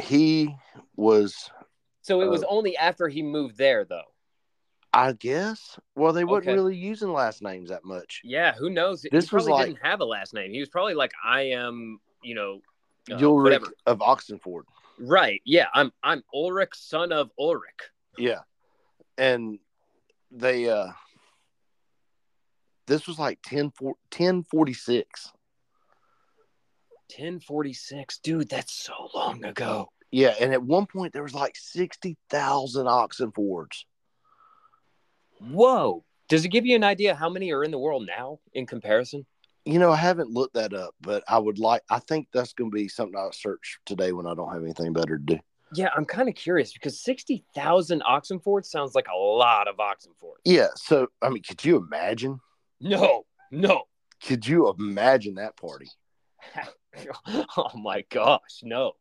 Speaker 2: he was,
Speaker 3: So it was
Speaker 2: Uh,
Speaker 3: only after he moved there, though.
Speaker 2: I guess, well, they wasn't
Speaker 3: Okay.
Speaker 2: really using last names that much.
Speaker 3: Yeah. Who knows?
Speaker 2: This
Speaker 3: he
Speaker 2: was
Speaker 3: probably
Speaker 2: like-
Speaker 3: didn't have a last name. He was probably like, I am, you know, uh,
Speaker 2: Ulrich
Speaker 3: whatever.
Speaker 2: of Oxenford.
Speaker 3: Right. Yeah. I'm I'm Ulrich, son of Ulrich.
Speaker 2: Yeah. And they, uh, this was like 10, 1046.
Speaker 3: 1046. Dude, that's so long ago.
Speaker 2: Yeah. And at one point, there was like 60,000 Oxenfords.
Speaker 3: Whoa. Does it give you an idea how many are in the world now in comparison?
Speaker 2: You know, I haven't looked that up, but I would like, I think that's going to be something I'll search today when I don't have anything better to do.
Speaker 3: Yeah, I'm kind of curious because 60,000 Oxenfords sounds like a lot of Oxenfords.
Speaker 2: Yeah. So, I mean, could you imagine?
Speaker 3: No, no.
Speaker 2: Could you imagine that party?
Speaker 3: oh my gosh, no.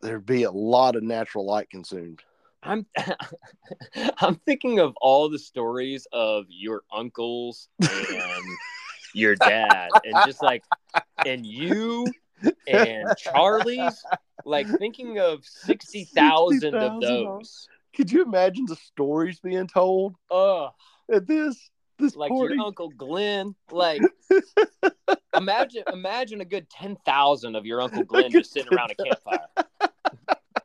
Speaker 2: There'd be a lot of natural light consumed.
Speaker 3: I'm I'm thinking of all the stories of your uncles and your dad and just like and you and Charlie's like thinking of 60,000 of
Speaker 2: 60,000.
Speaker 3: those.
Speaker 2: Could you imagine the stories being told
Speaker 3: Ugh.
Speaker 2: at this this
Speaker 3: like
Speaker 2: party?
Speaker 3: your uncle Glenn. Like imagine imagine a good ten thousand of your uncle Glenn
Speaker 2: good
Speaker 3: just sitting around a campfire.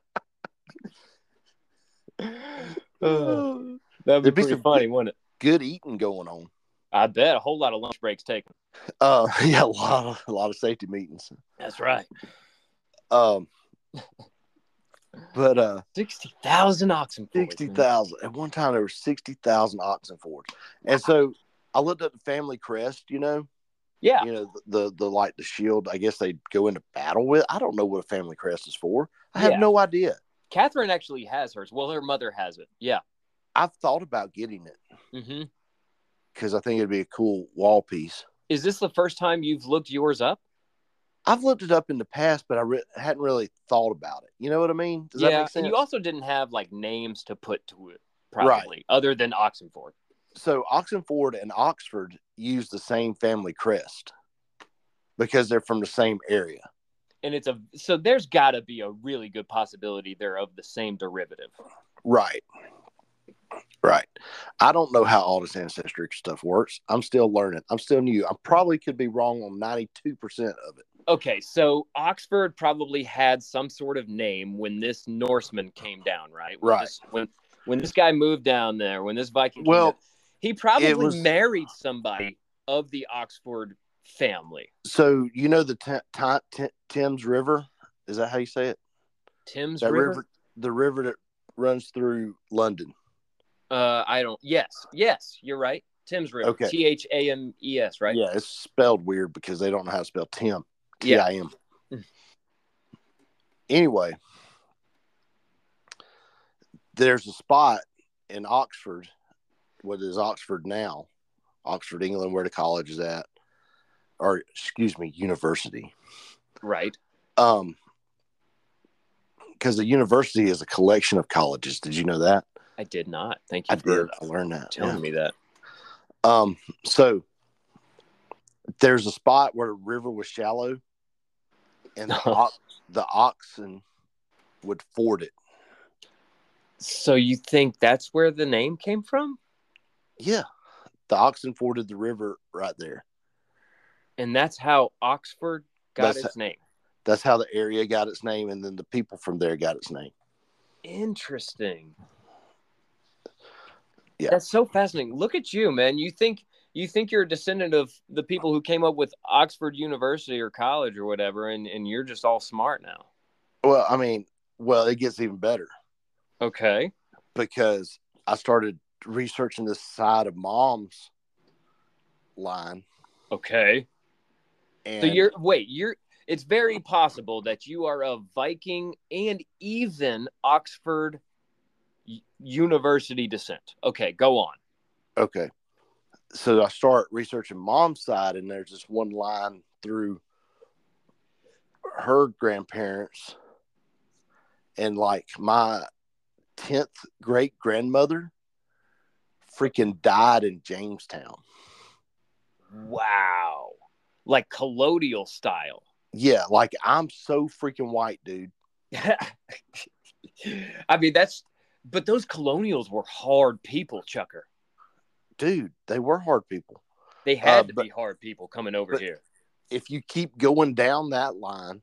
Speaker 3: That'd
Speaker 2: Uh, be There'd be pretty some- funny,
Speaker 3: wouldn't it?
Speaker 2: good eating going on.
Speaker 3: I bet a whole lot of lunch breaks taken.
Speaker 2: Uh, yeah, a lot of a lot of safety meetings.
Speaker 3: That's right.
Speaker 2: Um, but uh,
Speaker 3: Sixty thousand oxen.
Speaker 2: sixty thousand at one time there were sixty thousand oxen fords, and so I looked up the family crest. You know,
Speaker 3: Yeah.
Speaker 2: you know the, the the like the shield i guess they go into battle with i don't know what a family crest is for i have
Speaker 3: Yeah.
Speaker 2: no idea
Speaker 3: Catherine actually has hers. Well, her mother has it. Yeah.
Speaker 2: i've thought about getting it
Speaker 3: hmm
Speaker 2: because i think it'd be a cool wall piece
Speaker 3: Is this the first time you've looked yours up?
Speaker 2: i've looked it up in the past but i re- hadn't really thought about it you know what i mean does that make
Speaker 3: And
Speaker 2: sense
Speaker 3: you also didn't have like names to put to it, probably, other than Oxenford.
Speaker 2: so oxenford and oxford use the same family crest because they're from the same area
Speaker 3: And it's a so there's got to be a really good possibility they're of the same derivative.
Speaker 2: right right i don't know how all this ancestry stuff works i'm still learning i'm still new i probably could be wrong on 92% of it
Speaker 3: Okay, so Oxford probably had some sort of name when this Norseman came down, right? When
Speaker 2: Right.
Speaker 3: This, when when this guy moved down there, when this Viking. came
Speaker 2: Well,
Speaker 3: down, he probably
Speaker 2: it was-
Speaker 3: married somebody of the Oxford family.
Speaker 2: So you know the Ti- Ti- Ti- Thames River? Is that how you say it?
Speaker 3: Tim's
Speaker 2: That
Speaker 3: River.
Speaker 2: river, the river that runs through London.
Speaker 3: Uh, I don't. Yes, yes, you're right. Tim's River.
Speaker 2: Okay.
Speaker 3: T H A M E S. Right.
Speaker 2: Yeah, it's spelled weird because they don't know how to spell Tim. T
Speaker 3: Yeah.
Speaker 2: I M. Anyway, there's a spot in Oxford, what is Oxford now, Oxford, England, where the college is at, or excuse me, university.
Speaker 3: Right.
Speaker 2: Um, because the university is a collection of colleges. Did you know that?
Speaker 3: I did not. Thank you
Speaker 2: I did.
Speaker 3: for
Speaker 2: I learned that.
Speaker 3: telling
Speaker 2: yeah.
Speaker 3: me that.
Speaker 2: Um, so there's a spot where the river was shallow and the, ox, the oxen would ford it.
Speaker 3: So you think that's where the name came from?
Speaker 2: Yeah, the oxen forded the river right there.
Speaker 3: And that's how Oxford got
Speaker 2: That's-
Speaker 3: its name.
Speaker 2: That's how the area got its name, and then the people from there got its name.
Speaker 3: Interesting.
Speaker 2: Yeah.
Speaker 3: That's so fascinating. Look at you, man. You think you think you're a descendant of the people who came up with Oxford University or college or whatever, and, and you're just all smart now.
Speaker 2: Well, I mean, well, it gets even better
Speaker 3: Okay.
Speaker 2: because I started researching this side of mom's line.
Speaker 3: Okay.
Speaker 2: And
Speaker 3: So you're wait, you're it's very possible that you are a Viking and even Oxford U- University descent. Okay, go on.
Speaker 2: okay. So I start researching mom's side, and there's this one line through her grandparents and like my 10th great grandmother freaking died in Jamestown.
Speaker 3: Wow. Like colonial style.
Speaker 2: Yeah, like I'm so freaking white, dude.
Speaker 3: I mean, that's but those colonials were hard people, Chucker.
Speaker 2: Dude, they were hard people.
Speaker 3: They had
Speaker 2: Uh,
Speaker 3: to
Speaker 2: but-
Speaker 3: be hard people coming over
Speaker 2: but-
Speaker 3: here.
Speaker 2: If you keep going down that line,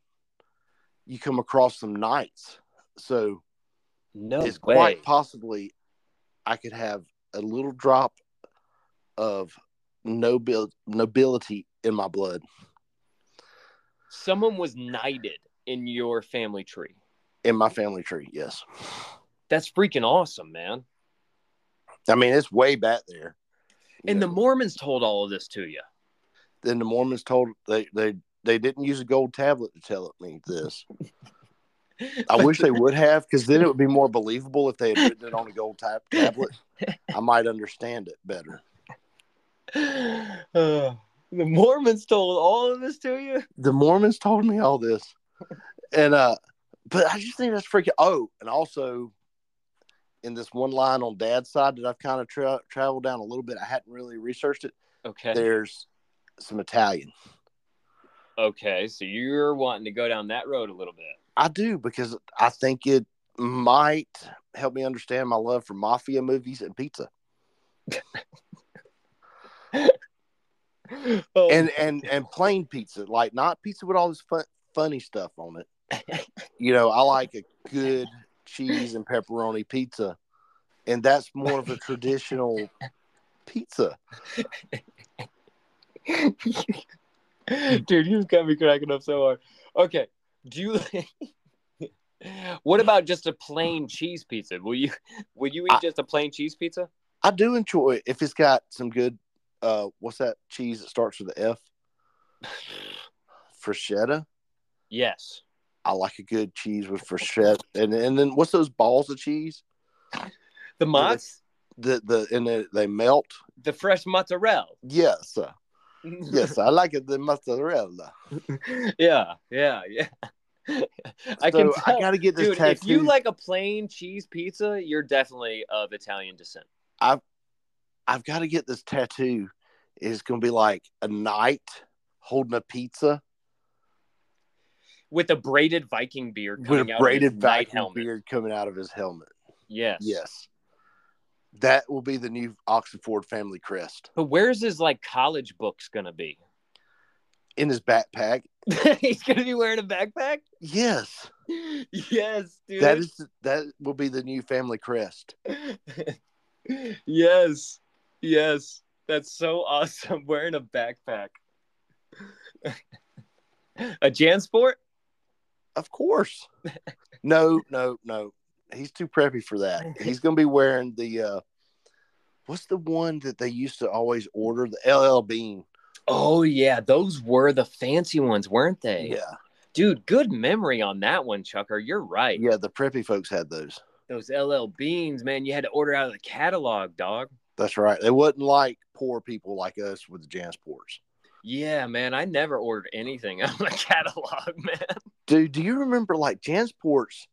Speaker 2: you come across some knights. So
Speaker 3: No
Speaker 2: it's
Speaker 3: way.
Speaker 2: quite possibly I could have a little drop of nobil- nobility in my blood.
Speaker 3: Someone was knighted in your family tree.
Speaker 2: In my family tree, yes.
Speaker 3: That's freaking awesome, man.
Speaker 2: I mean, it's way back there. you
Speaker 3: And the
Speaker 2: know.
Speaker 3: Mormons told all of this to you.
Speaker 2: then the Mormons told they they they didn't use a gold tablet to tell me this. I wish they would have, because then it would be more believable if they had written it on a gold tab- tablet. I might understand it better.
Speaker 3: Uh, the Mormons told all of this to you.
Speaker 2: The Mormons told me all this, and uh, but I just think that's freaking. Oh, and also, in this one line on Dad's side that I've kind of tra- traveled down a little bit, I hadn't really researched it.
Speaker 3: Okay.
Speaker 2: There's some Italian.
Speaker 3: Okay. So you're wanting to go down that road a little bit.
Speaker 2: I do because I think it might help me understand my love for mafia movies and pizza.
Speaker 3: Oh,
Speaker 2: and and and plain pizza, like not pizza with all this fun, funny stuff on it. You know, I like a good cheese and pepperoni pizza, and that's more of a traditional pizza.
Speaker 3: Dude, you've got me cracking up so hard. Okay. Do you What about just a plain cheese pizza? Will you will you eat
Speaker 2: I-
Speaker 3: just a plain cheese pizza?
Speaker 2: I do enjoy it if it's got some good. Uh, what's that cheese that starts with the F? Freschetta.
Speaker 3: Yes.
Speaker 2: I like a good cheese with freschetta, and and then what's those balls of cheese
Speaker 3: The
Speaker 2: Really?
Speaker 3: mozz,
Speaker 2: that the and they, they melt?
Speaker 3: the fresh mozzarella.
Speaker 2: Yes, uh, yes, I like it. The mozzarella.
Speaker 3: yeah, yeah, yeah. I can
Speaker 2: So
Speaker 3: tell.
Speaker 2: I gotta get this
Speaker 3: Dude,
Speaker 2: tattoo.
Speaker 3: if you like a plain cheese pizza, you're definitely of Italian descent.
Speaker 2: I've got to get this tattoo. It's gonna be like a knight holding a pizza
Speaker 3: With a braided Viking beard coming
Speaker 2: with a
Speaker 3: out of
Speaker 2: braided
Speaker 3: his knight
Speaker 2: Viking
Speaker 3: helmet.
Speaker 2: beard coming out of his helmet.
Speaker 3: Yes.
Speaker 2: Yes, that will be the new Oxenford family crest
Speaker 3: But where's his like college books gonna be?
Speaker 2: in his backpack.
Speaker 3: He's gonna be wearing a backpack?
Speaker 2: Yes,
Speaker 3: Yes, dude.
Speaker 2: that is that will be the new family crest.
Speaker 3: yes. Yes. That's so awesome. Wearing a backpack. a Jansport?
Speaker 2: Of course. no, no, no. He's too preppy for that. He's gonna be wearing the uh, what's the one that they used to always order? The LL Bean.
Speaker 3: Oh yeah, those were the fancy ones, weren't they?
Speaker 2: Yeah,
Speaker 3: Dude, good memory on that one, Chucker. You're right.
Speaker 2: yeah. The preppy folks had those.
Speaker 3: Those LL Beans, man, you had to order out of the catalog, dog.
Speaker 2: That's right. They wasn't like poor people like us with the Jansports.
Speaker 3: Yeah, man, I never ordered anything out of the catalog, man.
Speaker 2: Dude, do you remember like Jansports?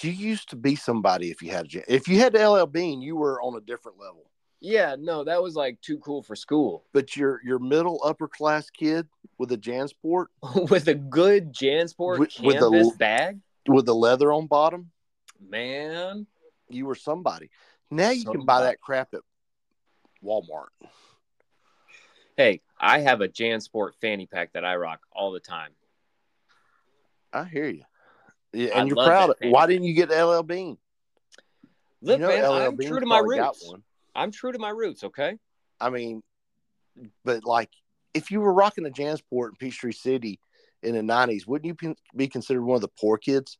Speaker 2: You used to be somebody if you had a Jan- if you had the LL Bean, you were on a different level.
Speaker 3: Yeah, no, that was like too cool for school.
Speaker 2: But your your middle upper class kid, with a Jansport
Speaker 3: with a good Jansport
Speaker 2: With- with
Speaker 3: canvas
Speaker 2: the-
Speaker 3: bag,
Speaker 2: with the leather on bottom.
Speaker 3: man.
Speaker 2: You were somebody. Now you can buy
Speaker 3: Somebody.
Speaker 2: that crap at Walmart.
Speaker 3: Hey, I have a Jansport fanny pack that I rock all the time.
Speaker 2: I hear you. Yeah,
Speaker 3: I
Speaker 2: and you're
Speaker 3: love
Speaker 2: proud.
Speaker 3: that
Speaker 2: Of,
Speaker 3: thing.
Speaker 2: why didn't you get LL Bean?
Speaker 3: Look,
Speaker 2: you know,
Speaker 3: man,
Speaker 2: LL
Speaker 3: I'm
Speaker 2: Bean's
Speaker 3: true to my
Speaker 2: probably got
Speaker 3: roots. I'm true to my roots. Okay.
Speaker 2: I mean, but like, if you were rocking a Jansport in Peachtree City in the '90s, wouldn't you be- be considered one of the poor kids?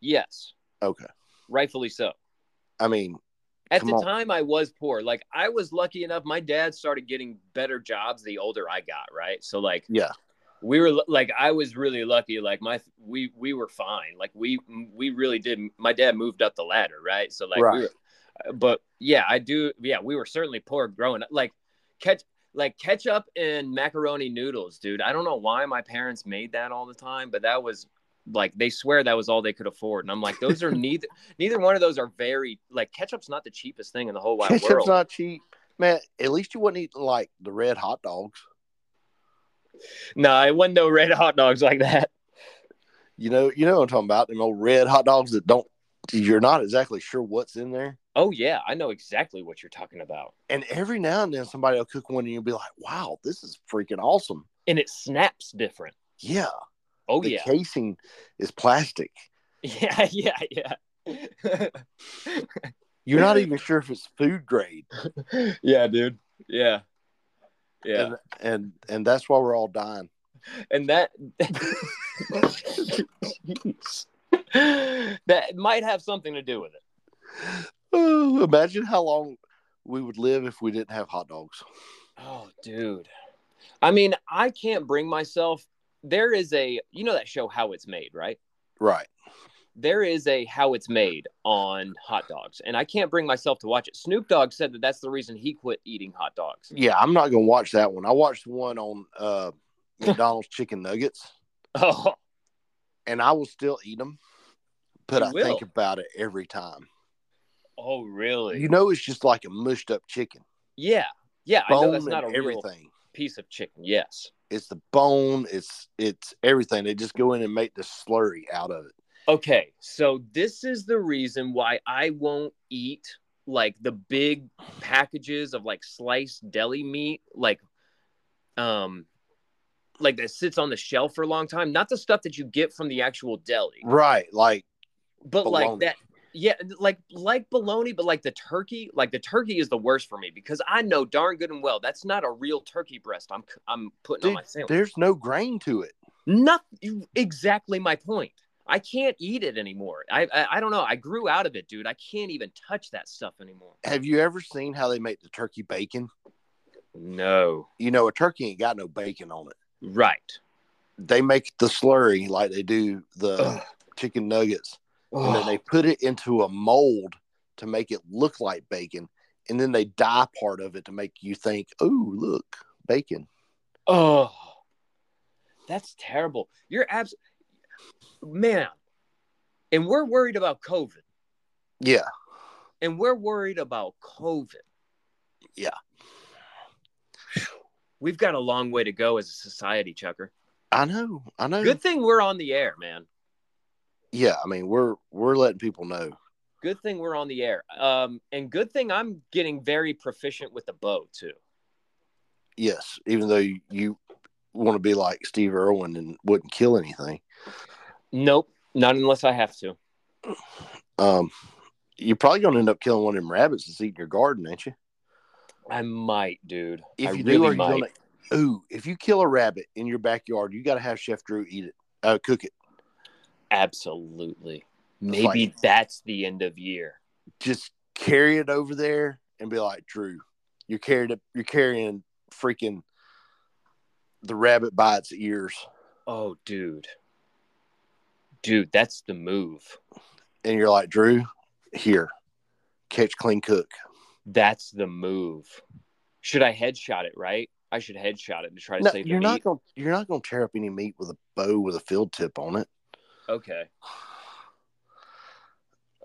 Speaker 3: Yes,
Speaker 2: Okay,
Speaker 3: rightfully so.
Speaker 2: I mean,
Speaker 3: At
Speaker 2: Come
Speaker 3: the
Speaker 2: on.
Speaker 3: time, I was poor. Like I was lucky enough. My dad started getting better jobs the older I got. Right. So like
Speaker 2: yeah,
Speaker 3: we were like I was really lucky. Like my we we were fine. Like we we really did. My dad moved up the ladder. Right. So like we
Speaker 2: Right.
Speaker 3: were, uh, but yeah, I do. Yeah, we were certainly poor growing up. Like catch like ketchup and macaroni noodles, dude. I don't know why my parents made that all the time, but that was like they swear that was all they could afford. And I'm like, those are neither neither one of those are very like ketchup's not the cheapest thing in the whole wide
Speaker 2: ketchup's
Speaker 3: world.
Speaker 2: not cheap, man. At least you wasn't eating like the red hot dogs.
Speaker 3: no, it wasn't no red hot dogs like that.
Speaker 2: You know, you know what I'm talking about. Them old red hot dogs that don't. You're not exactly sure what's in there.
Speaker 3: Oh yeah, I know exactly what you're talking about.
Speaker 2: And every now and then somebody will cook one and you'll be like, wow, this is freaking awesome.
Speaker 3: and it snaps different.
Speaker 2: Yeah.
Speaker 3: Oh
Speaker 2: the
Speaker 3: yeah.
Speaker 2: casing is plastic.
Speaker 3: yeah, yeah, yeah,
Speaker 2: You're not even sure if it's food grade.
Speaker 3: yeah, dude. Yeah, yeah,
Speaker 2: And and that's why we're all dying.
Speaker 3: and that that might have something to do with it.
Speaker 2: Oh, imagine how long we would live if we didn't have hot dogs.
Speaker 3: Oh, dude. I mean, I can't bring myself. There is a you know that show How It's Made, right?
Speaker 2: Right.
Speaker 3: There is a How It's Made on hot dogs, and I can't bring myself to watch it. Snoop Dogg said that that's the reason he quit eating hot dogs.
Speaker 2: Yeah, I'm not gonna watch that one. I watched one on uh McDonald's chicken nuggets
Speaker 3: Oh,
Speaker 2: and I will still eat them, but
Speaker 3: You
Speaker 2: I think
Speaker 3: will.
Speaker 2: about it every time.
Speaker 3: oh, really?
Speaker 2: You know it's just like a mushed up chicken.
Speaker 3: Yeah. Yeah. I know
Speaker 2: Bone
Speaker 3: that's not a
Speaker 2: and
Speaker 3: real
Speaker 2: everything.
Speaker 3: piece of chicken. Yes.
Speaker 2: It's the bone, it's it's everything. They just go in and make the slurry out of it.
Speaker 3: Okay. So this is the reason why I won't eat like the big packages of like sliced deli meat, like, um, like that sits on the shelf for a long time. Not the stuff that you get from the actual deli,
Speaker 2: Right. Like
Speaker 3: but
Speaker 2: Bologna.
Speaker 3: like that. Yeah, like like bologna, but like the turkey, like the turkey is the worst for me because I know darn good and well that's not a real turkey breast. I'm I'm putting on
Speaker 2: Dude,
Speaker 3: my sandwich.
Speaker 2: there's no grain to it.
Speaker 3: Not exactly my point. I can't eat it anymore. I, I I don't know. I grew out of it, dude. I can't even touch that stuff anymore.
Speaker 2: Have you ever seen how they make the turkey bacon?
Speaker 3: No.
Speaker 2: You know, a turkey ain't got no bacon on it.
Speaker 3: Right.
Speaker 2: They make the slurry like they do the
Speaker 3: Ugh.
Speaker 2: chicken nuggets, and then they put it into a mold to make it look like bacon, and then they dye part of it to make you think, "Oh, look, bacon."
Speaker 3: Oh, that's terrible. You're abs, man. And we're worried about COVID.
Speaker 2: Yeah,
Speaker 3: And we're worried about COVID.
Speaker 2: Yeah.
Speaker 3: We've got a long way to go as a society, Chucker.
Speaker 2: I know, I know.
Speaker 3: Good thing we're on the air, man.
Speaker 2: Yeah, I mean, we're we're letting people know.
Speaker 3: good thing we're on the air um and good thing i'm getting very proficient with the bow too
Speaker 2: Yes, even though you, you want to be like Steve Irwin and wouldn't kill anything.
Speaker 3: nope not unless i have to
Speaker 2: Um, you're probably gonna end up killing one of them rabbits that's eating your garden, ain't you?
Speaker 3: i might dude
Speaker 2: If
Speaker 3: I
Speaker 2: you
Speaker 3: really
Speaker 2: do, are you
Speaker 3: might.
Speaker 2: gonna? Ooh, if you kill a rabbit in your backyard, you gotta have Chef Drew eat it, uh, cook it.
Speaker 3: absolutely
Speaker 2: It's
Speaker 3: maybe
Speaker 2: like,
Speaker 3: that's the end of year
Speaker 2: just carry it over there and be like, Drew, you carried it. You're carrying freaking the rabbit by its ears,
Speaker 3: oh dude dude that's the move
Speaker 2: and you're like, Drew, here, catch, clean, cook.
Speaker 3: that's the move should i headshot it right i should headshot it to try to
Speaker 2: No,
Speaker 3: save
Speaker 2: you're
Speaker 3: the
Speaker 2: not
Speaker 3: meat.
Speaker 2: gonna you're not gonna tear up any meat with a bow with a field tip on it.
Speaker 3: okay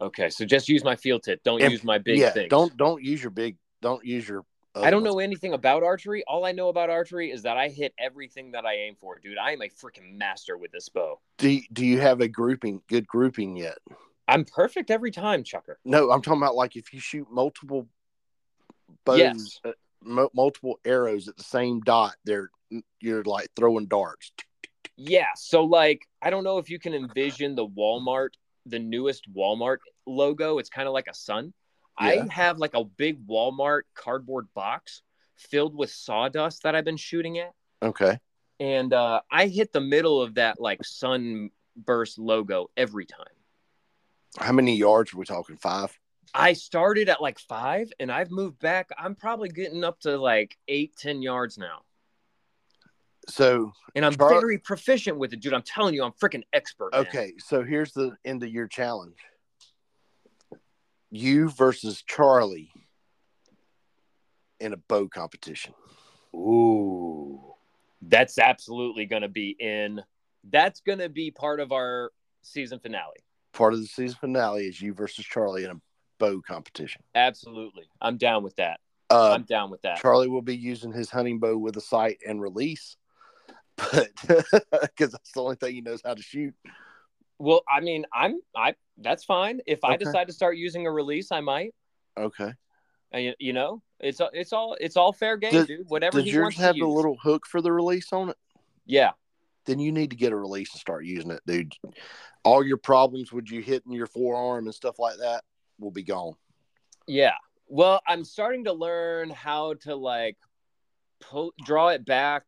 Speaker 3: okay so just use my field tip don't
Speaker 2: And-
Speaker 3: use my big
Speaker 2: yeah,
Speaker 3: things.
Speaker 2: don't don't use your big don't use your
Speaker 3: I don't know anything about archery. All I know about archery is that I hit everything that I aim for, dude. I am a freaking master with this bow.
Speaker 2: Do do you have a grouping, good grouping yet?
Speaker 3: I'm perfect every time, Chucker.
Speaker 2: No, I'm talking about like if you shoot multiple bows,
Speaker 3: Yes.
Speaker 2: uh, mu- multiple arrows at the same dot, they're you're like throwing darts.
Speaker 3: Yeah. So like, I don't know if you can envision the Walmart, the newest Walmart logo. It's kind of like a sun.
Speaker 2: Yeah.
Speaker 3: I have like a big Walmart cardboard box filled with sawdust that I've been shooting at.
Speaker 2: Okay.
Speaker 3: and uh, I hit the middle of that like sunburst logo every time.
Speaker 2: How many yards are we talking? Five.
Speaker 3: I started at like five, and I've moved back. I'm probably getting up to like eight, ten yards now,
Speaker 2: So
Speaker 3: and I'm
Speaker 2: Char-
Speaker 3: very proficient with it, dude. I'm telling you, I'm freaking expert. man.
Speaker 2: okay, so here's the end of your challenge. You versus Charlie in a bow competition.
Speaker 3: Ooh, that's absolutely gonna be in. That's gonna be part of our season finale.
Speaker 2: Part of the season finale is you versus Charlie in a bow competition.
Speaker 3: Absolutely, I'm down with that.
Speaker 2: Uh,
Speaker 3: I'm down with that.
Speaker 2: Charlie will be using his hunting bow with a sight and release, but because that's the only thing he knows how to shoot.
Speaker 3: Well, I mean, I'm I. That's fine. If I
Speaker 2: Okay.
Speaker 3: decide to start using a release, I might.
Speaker 2: Okay.
Speaker 3: Uh, you, you know, it's a- it's all it's all fair game,
Speaker 2: Does-
Speaker 3: dude. Whatever
Speaker 2: Does
Speaker 3: he
Speaker 2: yours
Speaker 3: wants
Speaker 2: have
Speaker 3: to
Speaker 2: a
Speaker 3: use.
Speaker 2: little hook for the release on it?
Speaker 3: Yeah,
Speaker 2: Then you need to get a release and start using it, dude. All your problems with you hitting your forearm and stuff like that will be gone.
Speaker 3: yeah. Well, I'm starting to learn how to like pull, draw it back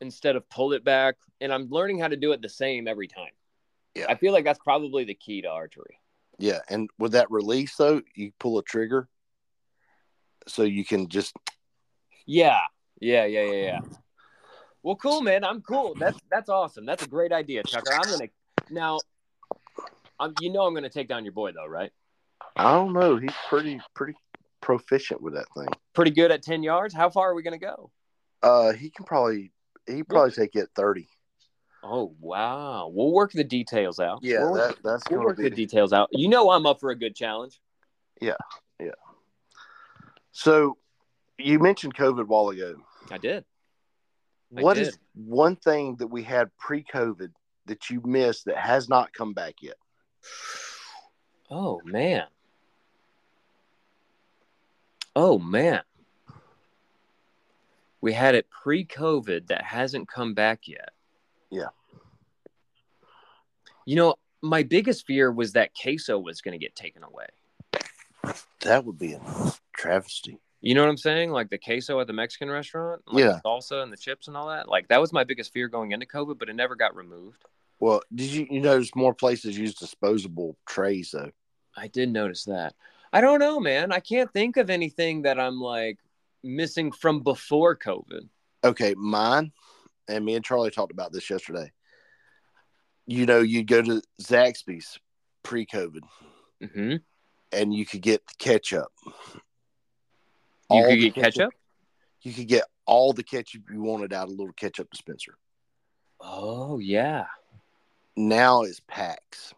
Speaker 3: instead of pull it back, and I'm learning how to do it the same every time.
Speaker 2: Yeah.
Speaker 3: I feel like that's probably the key to archery.
Speaker 2: Yeah, and with that release though, you pull a trigger, so you can just
Speaker 3: Yeah, yeah, yeah, yeah, yeah. Well, cool, man. I'm cool. That's that's awesome. That's a great idea, Tucker. I'm gonna now. I'm, you know I'm gonna take down your boy though, right?
Speaker 2: I don't know. He's pretty pretty proficient with that thing.
Speaker 3: Pretty good at ten yards. How far are we gonna go?
Speaker 2: Uh, he can probably he probably take it at thirty.
Speaker 3: Oh wow! We'll work the details out.
Speaker 2: Yeah,
Speaker 3: we'll, work-
Speaker 2: that, that's
Speaker 3: we'll
Speaker 2: gonna
Speaker 3: work
Speaker 2: be
Speaker 3: the details out. You know I'm up for a good challenge.
Speaker 2: So you mentioned COVID a while ago.
Speaker 3: I did. I
Speaker 2: What is
Speaker 3: did.
Speaker 2: one thing that we had pre COVID that you missed that has not come back yet?
Speaker 3: Oh man. Oh man. We had it pre-COVID that hasn't come back yet.
Speaker 2: Yeah.
Speaker 3: You know, my biggest fear was that queso was going to get taken away.
Speaker 2: That would be a travesty.
Speaker 3: You know what I'm saying? Like the queso at the Mexican restaurant, like
Speaker 2: Yeah.
Speaker 3: the salsa and the chips and all that. Like that was my biggest fear going into COVID, but it never got removed.
Speaker 2: Well, did you you notice more places use disposable trays though?
Speaker 3: I did notice that. I don't know, man. I can't think of anything that I'm like missing from before COVID.
Speaker 2: Okay, mine and me and Charlie talked about this yesterday. You know, you'd go to Zaxby's pre COVID
Speaker 3: Mm-hmm. You
Speaker 2: and you could get ketchup. All
Speaker 3: could
Speaker 2: the
Speaker 3: get ketchup.
Speaker 2: You could get all the ketchup you wanted out of a little ketchup dispenser.
Speaker 3: Oh yeah.
Speaker 2: Now it's packs.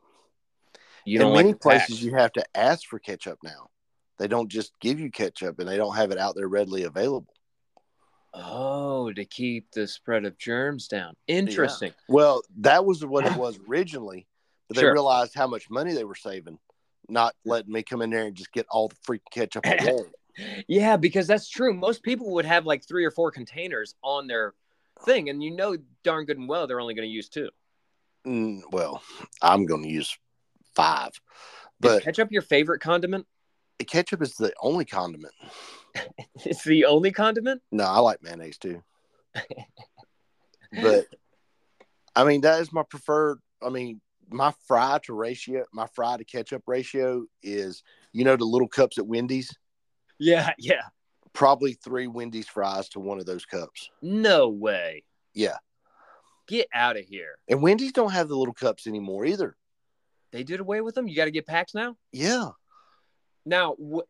Speaker 3: You
Speaker 2: in
Speaker 3: don't
Speaker 2: many
Speaker 3: like the
Speaker 2: places
Speaker 3: pack.
Speaker 2: you have to ask for ketchup now. They don't just give you ketchup and they don't have it out there readily available.
Speaker 3: Oh, to keep the spread of germs down. Interesting.
Speaker 2: Well, that was what it was originally, but they
Speaker 3: Sure.
Speaker 2: realized how much money they were saving, not letting me come in there and just get all the freaking ketchup I wanted.
Speaker 3: Yeah. because that's true. Most people would have like three or four containers on their thing, and you know darn good and well they're only going to use two.
Speaker 2: Mm, well, I'm going to use five,
Speaker 3: Is
Speaker 2: but
Speaker 3: ketchup your favorite condiment?
Speaker 2: ketchup is the only condiment.
Speaker 3: It's the only condiment.
Speaker 2: No, I like mayonnaise too, but I mean that is my preferred. I mean my fry to ratio, my fry to ketchup ratio is you know the little cups at Wendy's,
Speaker 3: yeah, yeah.
Speaker 2: probably three Wendy's fries to one of those cups.
Speaker 3: No way.
Speaker 2: Yeah.
Speaker 3: Get out of here.
Speaker 2: And Wendy's don't have the little cups anymore either.
Speaker 3: They did away with them. You got to get packs now.
Speaker 2: Yeah.
Speaker 3: Now, w-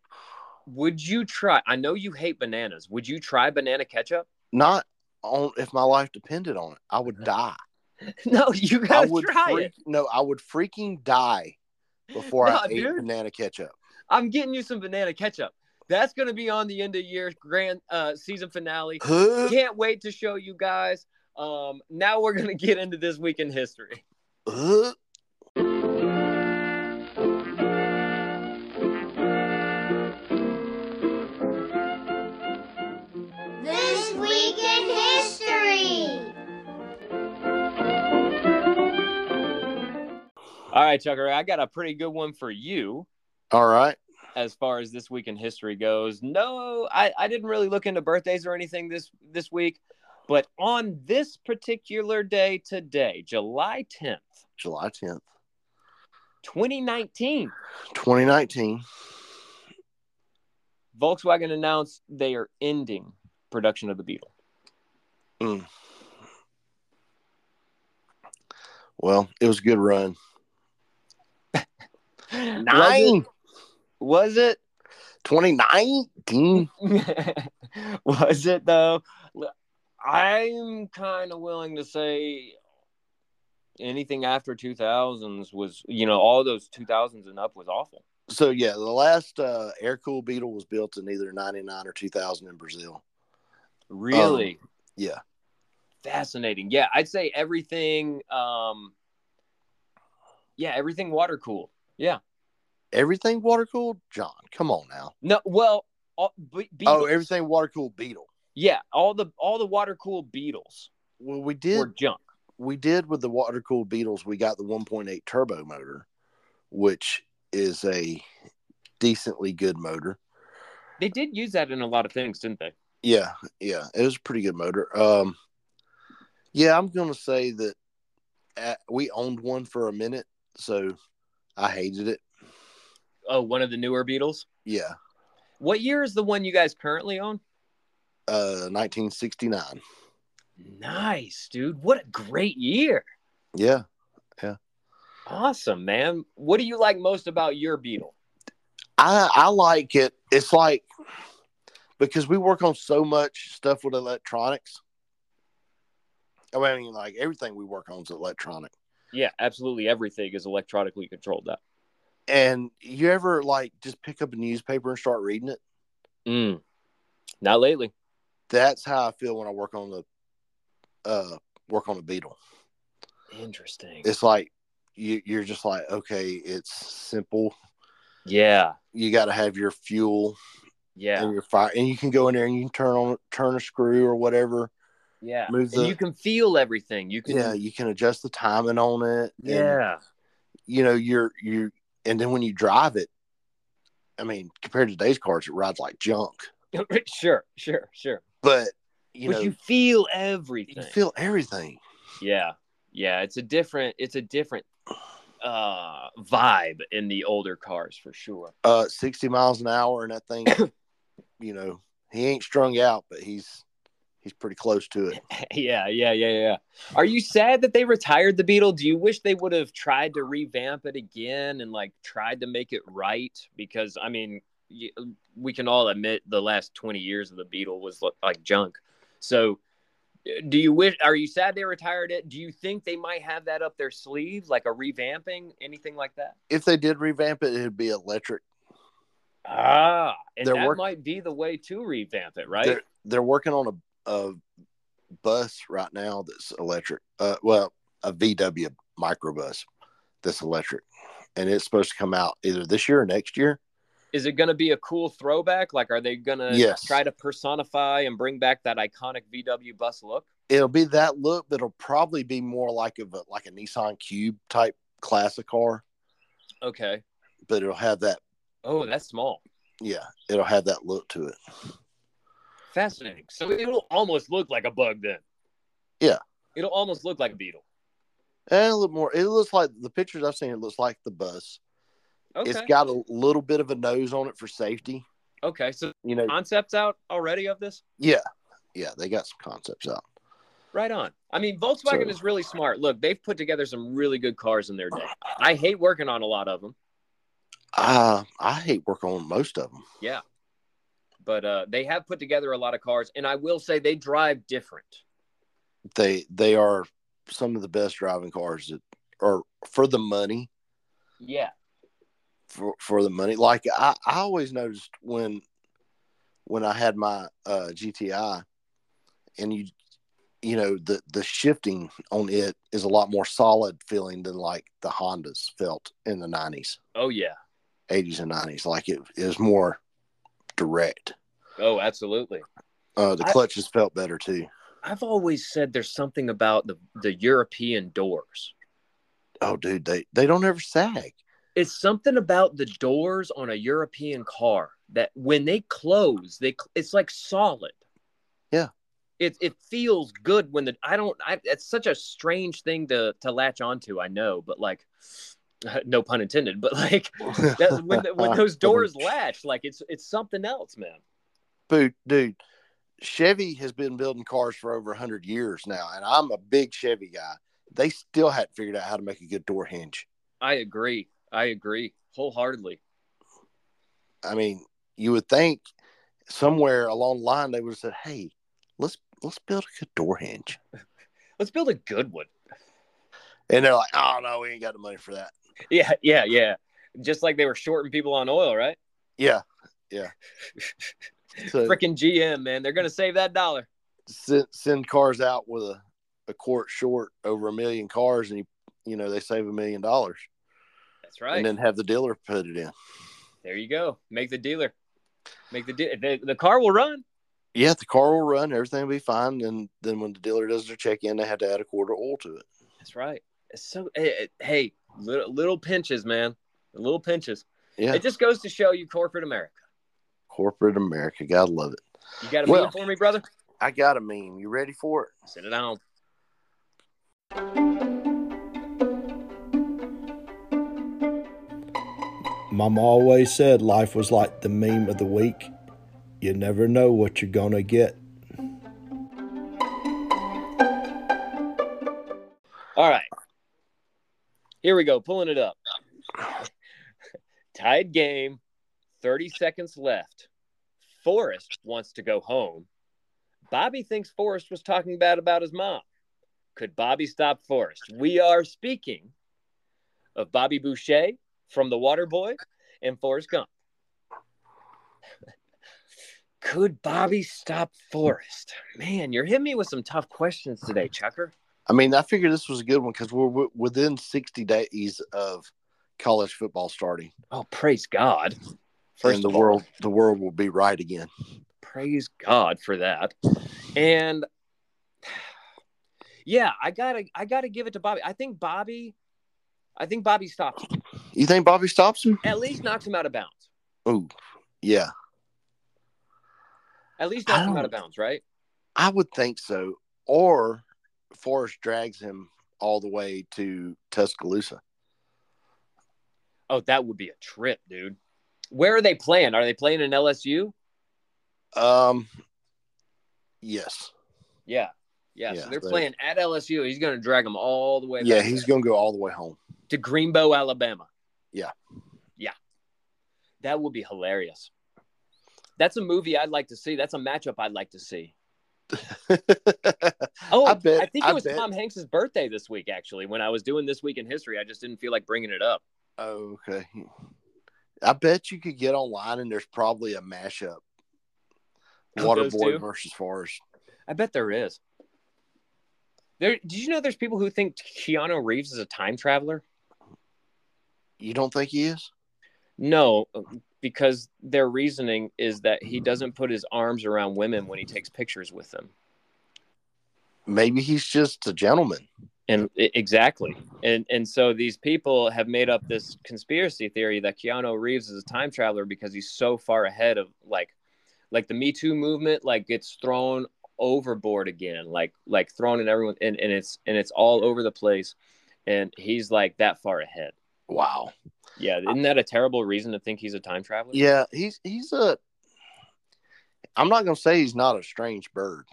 Speaker 3: would you try? I know you hate bananas. Would you try banana ketchup?
Speaker 2: Not on if my life depended on it. I would die.
Speaker 3: No, you
Speaker 2: I
Speaker 3: got to
Speaker 2: would
Speaker 3: try
Speaker 2: freak,
Speaker 3: it.
Speaker 2: no, I would freaking die before
Speaker 3: No,
Speaker 2: I ate
Speaker 3: dude.
Speaker 2: banana ketchup.
Speaker 3: I'm getting you some banana ketchup. That's going to be on the end of year grand uh, season finale.
Speaker 2: Who?
Speaker 3: Can't wait to show you guys. Um, now we're going to get into this week in history.
Speaker 2: Who?
Speaker 4: This Week in History.
Speaker 3: All right, Chucker, I got a pretty good one for you.
Speaker 2: All right.
Speaker 3: as far as this week in history goes. No, I, I didn't really look into birthdays or anything this this week, but on this particular day today, July 10th,
Speaker 2: July 10th,
Speaker 3: 2019,
Speaker 2: 2019.
Speaker 3: Volkswagen announced they are ending production of the Beetle.
Speaker 2: Well, it was a good run.
Speaker 3: Was it? Was it,
Speaker 2: 2019.
Speaker 3: was it though? L- I'm kind of willing to say anything after 2000s was, you know, all those 2000s and up was awful.
Speaker 2: So, yeah, the last uh, air cooled Beetle was built in either 99 or 2000 in Brazil.
Speaker 3: Really?
Speaker 2: Um, yeah.
Speaker 3: Fascinating. Yeah, I'd say everything um Yeah, everything water cooled. Yeah.
Speaker 2: Everything water cooled? John, come on now.
Speaker 3: No, well, all, be-
Speaker 2: Oh,
Speaker 3: Beatles.
Speaker 2: everything water cooled Beetle.
Speaker 3: Yeah, all the all the water cooled Beatles
Speaker 2: Well, we did
Speaker 3: were junk.
Speaker 2: we did with the water cooled Beetles, we got the 1.8 turbo motor, which is a decently good motor.
Speaker 3: They did use that in a lot of things, didn't they?
Speaker 2: Yeah, yeah, it was a pretty good motor. Um, yeah, I'm gonna say that uh we owned one for a minute, so I hated it.
Speaker 3: Oh, one of the newer Beatles.
Speaker 2: Yeah,
Speaker 3: What year is the one you guys currently own?
Speaker 2: uh, 1969.
Speaker 3: Nice, dude. What a great year.
Speaker 2: Yeah,
Speaker 3: Awesome, man. What do you like most about your Beetle?
Speaker 2: I I like it. It's like because we work on so much stuff with electronics. I mean, like everything we work on is electronic.
Speaker 3: Yeah, absolutely everything is electronically controlled now.
Speaker 2: And you ever like just pick up a newspaper and start reading it?
Speaker 3: Mm. Not lately.
Speaker 2: That's how I feel when I work on the uh work on a beetle.
Speaker 3: Interesting.
Speaker 2: It's like you you're just like, okay, it's simple.
Speaker 3: yeah.
Speaker 2: You gotta have your fuel
Speaker 3: Yeah.
Speaker 2: and your fire and you can go in there and you can turn on turn a screw or whatever.
Speaker 3: Yeah.
Speaker 2: Move
Speaker 3: and
Speaker 2: the-
Speaker 3: you can feel everything. You can
Speaker 2: Yeah, you can adjust the timing on it. and,
Speaker 3: Mm-hmm. Yeah.
Speaker 2: you know, you're you and then when you drive it, I mean, compared to today's cars, it rides like junk.
Speaker 3: sure, sure, sure.
Speaker 2: But you
Speaker 3: but
Speaker 2: know
Speaker 3: you feel
Speaker 2: you
Speaker 3: everything.
Speaker 2: feel everything.
Speaker 3: yeah. Yeah, it's a different it's a different uh vibe in the older cars for sure.
Speaker 2: uh, 60 miles an hour, and I think, you know, he ain't strung out, but he's he's pretty close to it.
Speaker 3: yeah, yeah, yeah, yeah. Are you sad that they retired the Beetle? Do you wish they would have tried to revamp it again and like tried to make it right? Because I mean, y- we can all admit the last twenty years of the Beetle was lo- like junk. So, uh, do you wish? Are you sad they retired it? Do you think they might have that up their sleeve, like a revamping, anything like that?
Speaker 2: If they did revamp it, it'd be electric.
Speaker 3: Ah, and
Speaker 2: They're
Speaker 3: that
Speaker 2: work-
Speaker 3: might be the way to revamp it, right?
Speaker 2: They're, they're working on a, a bus right now that's electric. Uh, well, a VW microbus that's electric, and it's supposed to come out either this year or next year.
Speaker 3: is it going to be a cool throwback? Like, are they going to
Speaker 2: Yes.
Speaker 3: try to personify and bring back that iconic VW bus look?
Speaker 2: It'll be that look that'll probably be more like of a like a Nissan Cube type classic car,
Speaker 3: Okay.
Speaker 2: but it'll have that
Speaker 3: Oh, that's small.
Speaker 2: yeah, it'll have that look to it.
Speaker 3: Fascinating. So it'll almost look like a bug then.
Speaker 2: Yeah.
Speaker 3: It'll almost look like a beetle.
Speaker 2: And a little more. It looks like the pictures I've seen. It looks like the bus.
Speaker 3: Okay.
Speaker 2: It's got a little bit of a nose on it for safety.
Speaker 3: okay. So
Speaker 2: You know,
Speaker 3: concepts out already of this?
Speaker 2: yeah, yeah. They got some concepts out.
Speaker 3: Right on. I mean, Volkswagen
Speaker 2: So-
Speaker 3: is really smart. Look, they've put together some really good cars in their day. I hate working on a lot of them,
Speaker 2: Uh, I hate working on most of them.
Speaker 3: but uh, they have put together a lot of cars. And I will say they drive different.
Speaker 2: They they are some of the best driving cars that are for the money
Speaker 3: Yeah.
Speaker 2: for for the money. Like I, I always noticed when when I had my uh, GTI, and you you know the the shifting on it is a lot more solid feeling than like the Hondas felt in the nineties,
Speaker 3: Oh yeah.
Speaker 2: eighties, and nineties. Like it is more direct.
Speaker 3: Oh, absolutely.
Speaker 2: Uh, the
Speaker 3: I-
Speaker 2: clutches felt better too.
Speaker 3: I've always said there's something about the the European doors.
Speaker 2: Oh, dude, they they don't ever sag.
Speaker 3: It's something about the doors on a European car that when they close, they cl- it's like solid.
Speaker 2: Yeah.
Speaker 3: It it feels good when the I don't I it's such a strange thing to to latch onto, I know, but like no pun intended, but like that, when when those doors latch, like it's it's something else, man.
Speaker 2: Dude, dude, Chevy has been building cars for over hundred years now, and I'm a big Chevy guy. They still hadn't figured out how to make a good door hinge.
Speaker 3: I agree. I agree wholeheartedly.
Speaker 2: I mean, you would think somewhere along the line they would have said, "Hey, let's let's build a good door hinge,"
Speaker 3: Let's build a good one.
Speaker 2: and they're like, "Oh no, we ain't got the money for that."
Speaker 3: Yeah, yeah, yeah. Just like they were shorting people on oil, right?
Speaker 2: Yeah, yeah. so
Speaker 3: Freaking GM, man. They're going to save that dollar.
Speaker 2: send, send cars out with a a quart short over a million cars, and you you know they save a million dollars,
Speaker 3: That's right.
Speaker 2: and then have the dealer put it in.
Speaker 3: there you go. Make the dealer. Make the, de- the the car will run.
Speaker 2: Yeah, the car will run, everything will be fine, and then when the dealer does their check in, they have to add a quart of oil to it.
Speaker 3: That's right. It's so eh, eh, hey, little, little pinches, man. Little pinches.
Speaker 2: Yeah,
Speaker 3: It just goes to show you corporate America.
Speaker 2: corporate America, gotta love it.
Speaker 3: You got to
Speaker 2: Well-
Speaker 3: meme for me, brother.
Speaker 2: I got a meme. You ready for it?
Speaker 3: Send it on.
Speaker 5: Mama always said life was like the meme of the week. You never know what you're going to get.
Speaker 3: All right. Here we go. Pulling it up. Tied game. 30 seconds left. Forrest wants to go home. Bobby thinks Forrest was talking bad about his mom. Could Bobby stop Forrest? We are speaking of Bobby Boucher from The Water Boy and Forrest Gump. Could Bobby stop Forrest? Man, you're hitting me with some tough questions today, Chucker.
Speaker 2: I mean, I figured this was a good one because we're w- within 60 days of college football starting,
Speaker 3: Oh, praise God. First
Speaker 2: and the
Speaker 3: of all,
Speaker 2: world the world will be right again.
Speaker 3: praise God for that. And yeah, I gotta I gotta give it to Bobby. I think Bobby I think Bobby stops him.
Speaker 2: You think Bobby stops him?
Speaker 3: At least knocks him out of bounds.
Speaker 2: Oh, yeah,
Speaker 3: At least knocks
Speaker 2: I
Speaker 3: him
Speaker 2: don't-
Speaker 3: out of bounds, right?
Speaker 2: I would think so. Or Forrest drags him all the way to Tuscaloosa.
Speaker 3: Oh, that would be a trip, dude. Where are they playing? Are they playing in LSU?
Speaker 2: Um, yes,
Speaker 3: Yeah. Yeah,
Speaker 2: Yeah,
Speaker 3: so they're
Speaker 2: they-
Speaker 3: playing at LSU. He's going to drag them all the way.
Speaker 2: yeah,
Speaker 3: back
Speaker 2: he's
Speaker 3: there.
Speaker 2: gonna go all the way home.
Speaker 3: to Greenbow, Alabama.
Speaker 2: Yeah.
Speaker 3: Yeah. That would be hilarious. That's a movie I'd like to see. That's a matchup I'd like to see. Oh, I,
Speaker 2: I bet-
Speaker 3: I think it
Speaker 2: I
Speaker 3: was
Speaker 2: bet-
Speaker 3: Tom Hanks's birthday this week. Actually, when I was doing this week in history, I just didn't feel like bringing it up.
Speaker 2: oh, okay. I bet you could get online and there's probably a mashup.
Speaker 3: Of those two?
Speaker 2: Waterboy versus Forrest.
Speaker 3: I bet there is. There, did you know there's people who think Keanu Reeves is a time traveler?
Speaker 2: You don't think he is?
Speaker 3: No, because their reasoning is that he doesn't put his arms around women when he takes pictures with them.
Speaker 2: maybe he's just a gentleman.
Speaker 3: And i- exactly. And and so these people have made up this conspiracy theory that Keanu Reeves is a time traveler because he's so far ahead of like like the Me Too movement like gets thrown overboard again, like like thrown in everyone and, and it's and it's all over the place. And he's like that far ahead.
Speaker 2: Wow.
Speaker 3: Yeah, isn't that a terrible reason to think he's a time traveler?
Speaker 2: Yeah, he's he's a. I'm not gonna say he's not a strange bird.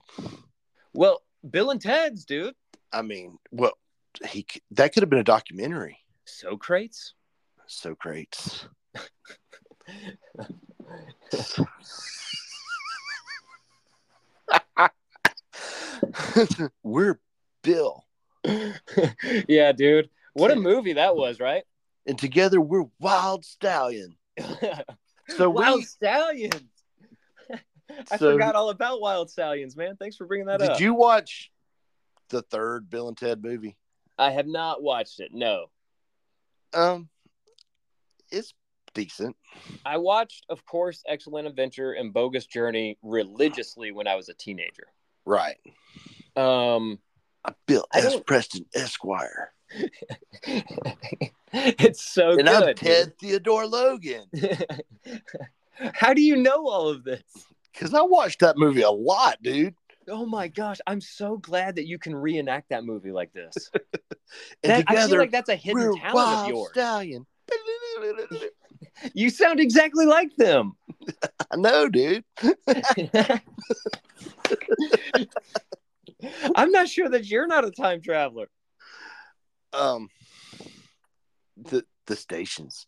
Speaker 3: Well, Bill and Ted's, dude.
Speaker 2: I mean, well, he c- that could have been a documentary.
Speaker 3: Socrates.
Speaker 2: Socrates. We're Bill,
Speaker 3: yeah, dude. What a movie that was, right?
Speaker 2: and together we're Wild Stallion. So
Speaker 3: Wild
Speaker 2: we
Speaker 3: Stallions. I
Speaker 2: So-
Speaker 3: forgot all about Wild Stallions, man. Thanks for bringing that
Speaker 2: Did
Speaker 3: up.
Speaker 2: you watch the third Bill and Ted movie?
Speaker 3: I have not watched it. No,
Speaker 2: Um, it's decent.
Speaker 3: I watched, of course, Excellent Adventure and Bogus Journey religiously when I was a teenager.
Speaker 2: Right.
Speaker 3: Um,
Speaker 2: I built
Speaker 3: I
Speaker 2: S.
Speaker 3: don't-
Speaker 2: Preston Esquire.
Speaker 3: it's so
Speaker 2: and
Speaker 3: good.
Speaker 2: I'm Ted Theodore Logan.
Speaker 3: dude. How do you know all of this?
Speaker 2: Because I watched that movie a lot, dude.
Speaker 3: Oh my gosh, I'm so glad that you can reenact that movie like this.
Speaker 2: And
Speaker 3: That- I feel
Speaker 2: together,
Speaker 3: like that's a hidden
Speaker 2: we're
Speaker 3: talent
Speaker 2: wild
Speaker 3: of yours.
Speaker 2: stallion.
Speaker 3: You sound exactly like them.
Speaker 2: I know, dude.
Speaker 3: I'm not sure that you're not a time traveler.
Speaker 2: Um, the the stations.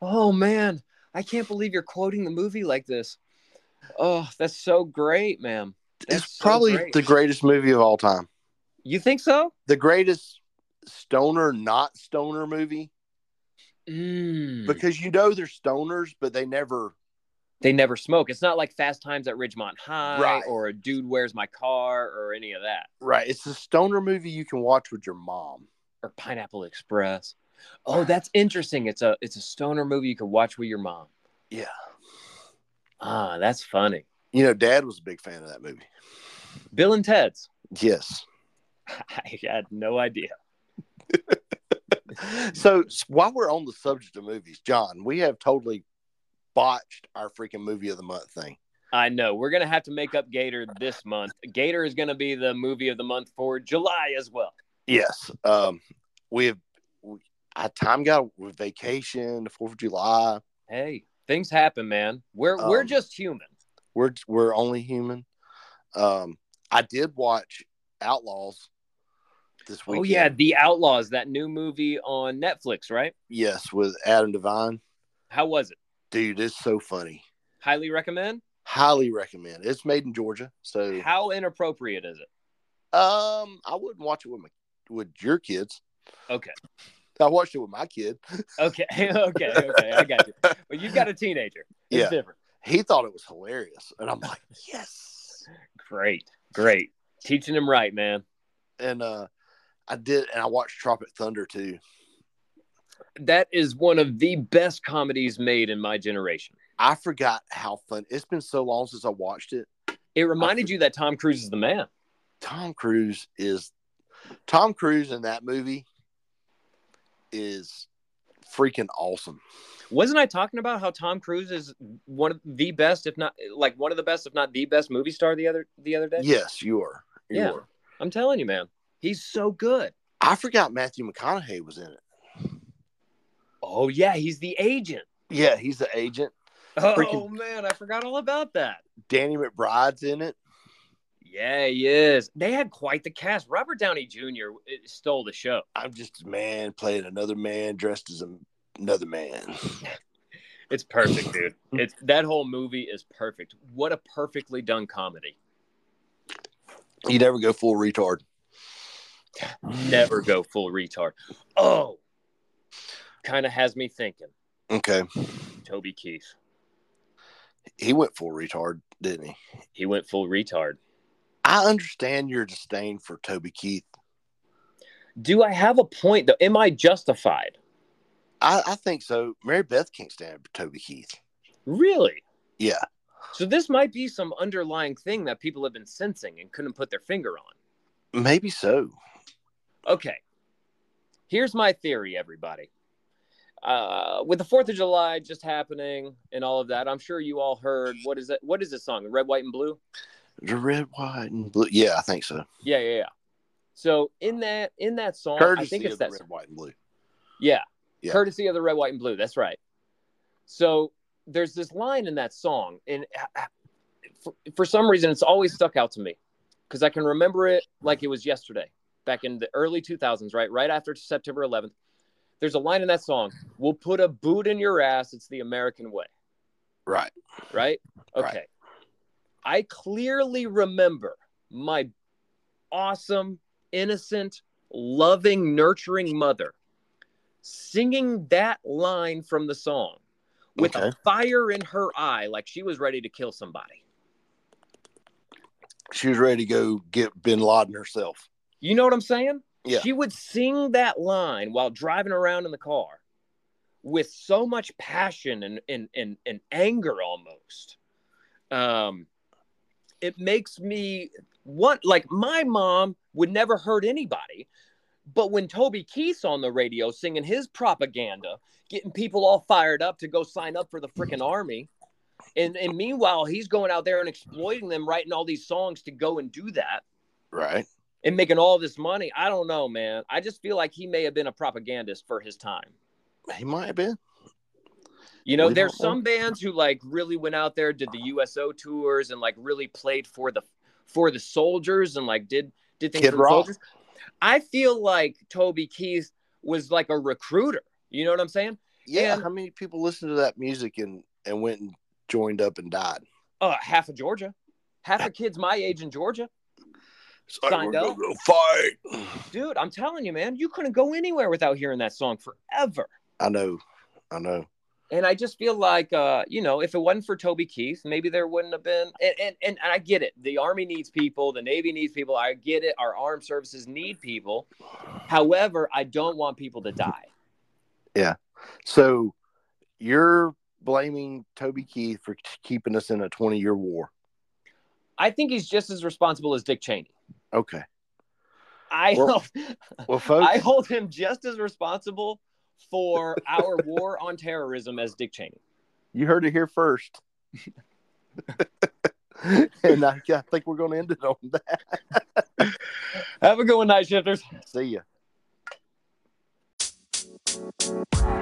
Speaker 3: oh man, I can't believe you're quoting the movie like this. Oh, that's so great, man. That's
Speaker 2: it's
Speaker 3: so
Speaker 2: probably
Speaker 3: great.
Speaker 2: the greatest movie of all time.
Speaker 3: You think so?
Speaker 2: The greatest stoner, not stoner movie.
Speaker 3: Mm.
Speaker 2: Because you know they're stoners, but they never.
Speaker 3: they never smoke. It's not like Fast Times at Ridgemont High
Speaker 2: Right.
Speaker 3: or a Dude Where's My Car or any of that
Speaker 2: Right. It's a stoner movie you can watch with your mom.
Speaker 3: or Pineapple Express. Oh, that's interesting. It's a it's a stoner movie you could watch with your mom.
Speaker 2: Yeah.
Speaker 3: Ah, that's funny.
Speaker 2: You know, dad was a big fan of that movie.
Speaker 3: Bill and Ted's.
Speaker 2: Yes.
Speaker 3: I had no idea.
Speaker 2: so s- while we're on the subject of movies, John, we have totally botched our freaking movie of the month thing.
Speaker 3: I know. We're gonna have to make up Gator this month. Gator is gonna be the movie of the month for July as well.
Speaker 2: Yes. Um, we have. We, I time got with vacation, the Fourth of July.
Speaker 3: Hey, things happen, man. We're we're
Speaker 2: Um,
Speaker 3: just human.
Speaker 2: We're we're only human. Um, I did watch Outlaws this week.
Speaker 3: Oh yeah, The Outlaws, that new movie on Netflix, right?
Speaker 2: Yes, with Adam Devine.
Speaker 3: How was it?
Speaker 2: Dude, it's so funny.
Speaker 3: Highly recommend.
Speaker 2: Highly recommend. It's made in Georgia, so
Speaker 3: How inappropriate is it?
Speaker 2: um, I wouldn't watch it with my with your kids.
Speaker 3: Okay.
Speaker 2: I watched it with my kid.
Speaker 3: Okay, okay, okay. I got you. But you've got a teenager. It's
Speaker 2: Yeah.
Speaker 3: different.
Speaker 2: He thought it was hilarious, and I'm like, yes.
Speaker 3: Great, great. Teaching him right, man.
Speaker 2: And uh, I did, and I watched Tropic Thunder too.
Speaker 3: That is one of the best comedies made in my generation.
Speaker 2: I forgot how fun. It's been so long since I watched it.
Speaker 3: It reminded you that Tom Cruise is the man.
Speaker 2: Tom Cruise is Tom Cruise in that movie is freaking awesome.
Speaker 3: Wasn't I talking about how Tom Cruise is one of the best, if not like one of the best, if not the best movie star the other the other day?
Speaker 2: Yes, you are. You
Speaker 3: Yeah.
Speaker 2: are.
Speaker 3: I'm telling you, man. He's so good.
Speaker 2: I forgot Matthew McConaughey was in it.
Speaker 3: Oh yeah, he's the agent.
Speaker 2: Yeah, he's the agent.
Speaker 3: Oh
Speaker 2: Freaking-
Speaker 3: man, I forgot all about that.
Speaker 2: Danny McBride's in it.
Speaker 3: Yeah, he is. They had quite the cast. Robert Downey Jr. stole the show.
Speaker 2: I'm just a man playing another man dressed as a, another man.
Speaker 3: It's perfect, dude. It's that whole movie is perfect. What a perfectly done comedy.
Speaker 2: You never go full retard.
Speaker 3: Never go full retard. Oh, kind of has me thinking.
Speaker 2: Okay.
Speaker 3: Toby Keith.
Speaker 2: He went full retard, didn't he?
Speaker 3: He went full retard.
Speaker 2: I understand your disdain for Toby Keith.
Speaker 3: Do I have a point though? Am I justified?
Speaker 2: I, I think so. Mary Beth can't stand Toby Keith.
Speaker 3: Really?
Speaker 2: Yeah.
Speaker 3: So this might be some underlying thing that people have been sensing and couldn't put their finger on.
Speaker 2: Maybe so.
Speaker 3: Okay. Here's my theory, everybody. Uh, with the Fourth of July just happening and all of that, I'm sure you all heard what is that? What is this song? Red, white, and blue.
Speaker 2: The red, white, and blue. Yeah, I think so.
Speaker 3: Yeah, yeah, yeah. So in that in that song, I think it's
Speaker 2: of the
Speaker 3: that.
Speaker 2: red, white, and blue.
Speaker 3: Yeah.
Speaker 2: Yeah.
Speaker 3: Courtesy of the red, white, and blue. That's right. So there's this line in that song, and uh, for, for some reason, it's always stuck out to me because I can remember it like it was yesterday, back in the early 2000s, right? Right after September 11th. There's a line in that song We'll put a boot in your ass. It's the American way,
Speaker 2: Right.
Speaker 3: right? Okay.
Speaker 2: Right.
Speaker 3: I clearly remember my awesome, innocent, loving, nurturing mother singing that line from the song. with
Speaker 2: Okay.
Speaker 3: a fire in her eye, like she was ready to kill somebody.
Speaker 2: She was ready to go get Bin Laden herself.
Speaker 3: You know what I'm saying?
Speaker 2: Yeah.
Speaker 3: She would sing that line while driving around in the car with so much passion and and and, and anger almost. Um it makes me want like my mom would never hurt anybody. But when Toby Keith's on the radio singing his propaganda, getting people all fired up to go sign up for the freaking army, and, and meanwhile he's going out there and exploiting them, writing all these songs to go and do that
Speaker 2: Right.
Speaker 3: and making all this money. I don't know, man. I just feel like he may have been a propagandist for his time.
Speaker 2: He might have been.
Speaker 3: You know,
Speaker 2: We
Speaker 3: there's
Speaker 2: don't know.
Speaker 3: some bands who like really went out there, did the USO tours, and like really played for the for the soldiers and like did did things
Speaker 2: Kid
Speaker 3: for the
Speaker 2: Rock.
Speaker 3: soldiers. I feel like Toby Keith was like a recruiter. You know what I'm saying?
Speaker 2: Yeah.
Speaker 3: And-
Speaker 2: How many people listened to that music and, and went and joined up and died?
Speaker 3: Uh, half of Georgia, half of kids my age in Georgia,
Speaker 2: It's like,
Speaker 3: Signed
Speaker 2: we're gonna
Speaker 3: up.
Speaker 2: go fight.
Speaker 3: dude. I'm telling you, man, you couldn't go anywhere without hearing that song forever.
Speaker 2: I know. I know.
Speaker 3: And I just feel like, uh, you know, if it wasn't for Toby Keith, maybe there wouldn't have been. And, and and I get it. The army needs people. The navy needs people. I get it. Our armed services need people. However, I don't want people to die.
Speaker 2: So you're blaming Toby Keith for t- keeping us in a 20 year war.
Speaker 3: I think he's just as responsible as Dick Cheney.
Speaker 2: Okay.
Speaker 3: I
Speaker 2: Well,
Speaker 3: hold,
Speaker 2: Well, folks,
Speaker 3: I hold him just as responsible for our war on terrorism as Dick Cheney.
Speaker 2: you heard it here first. and I, I think we're going to end it on that.
Speaker 3: Have a good one, night shifters.
Speaker 2: See ya.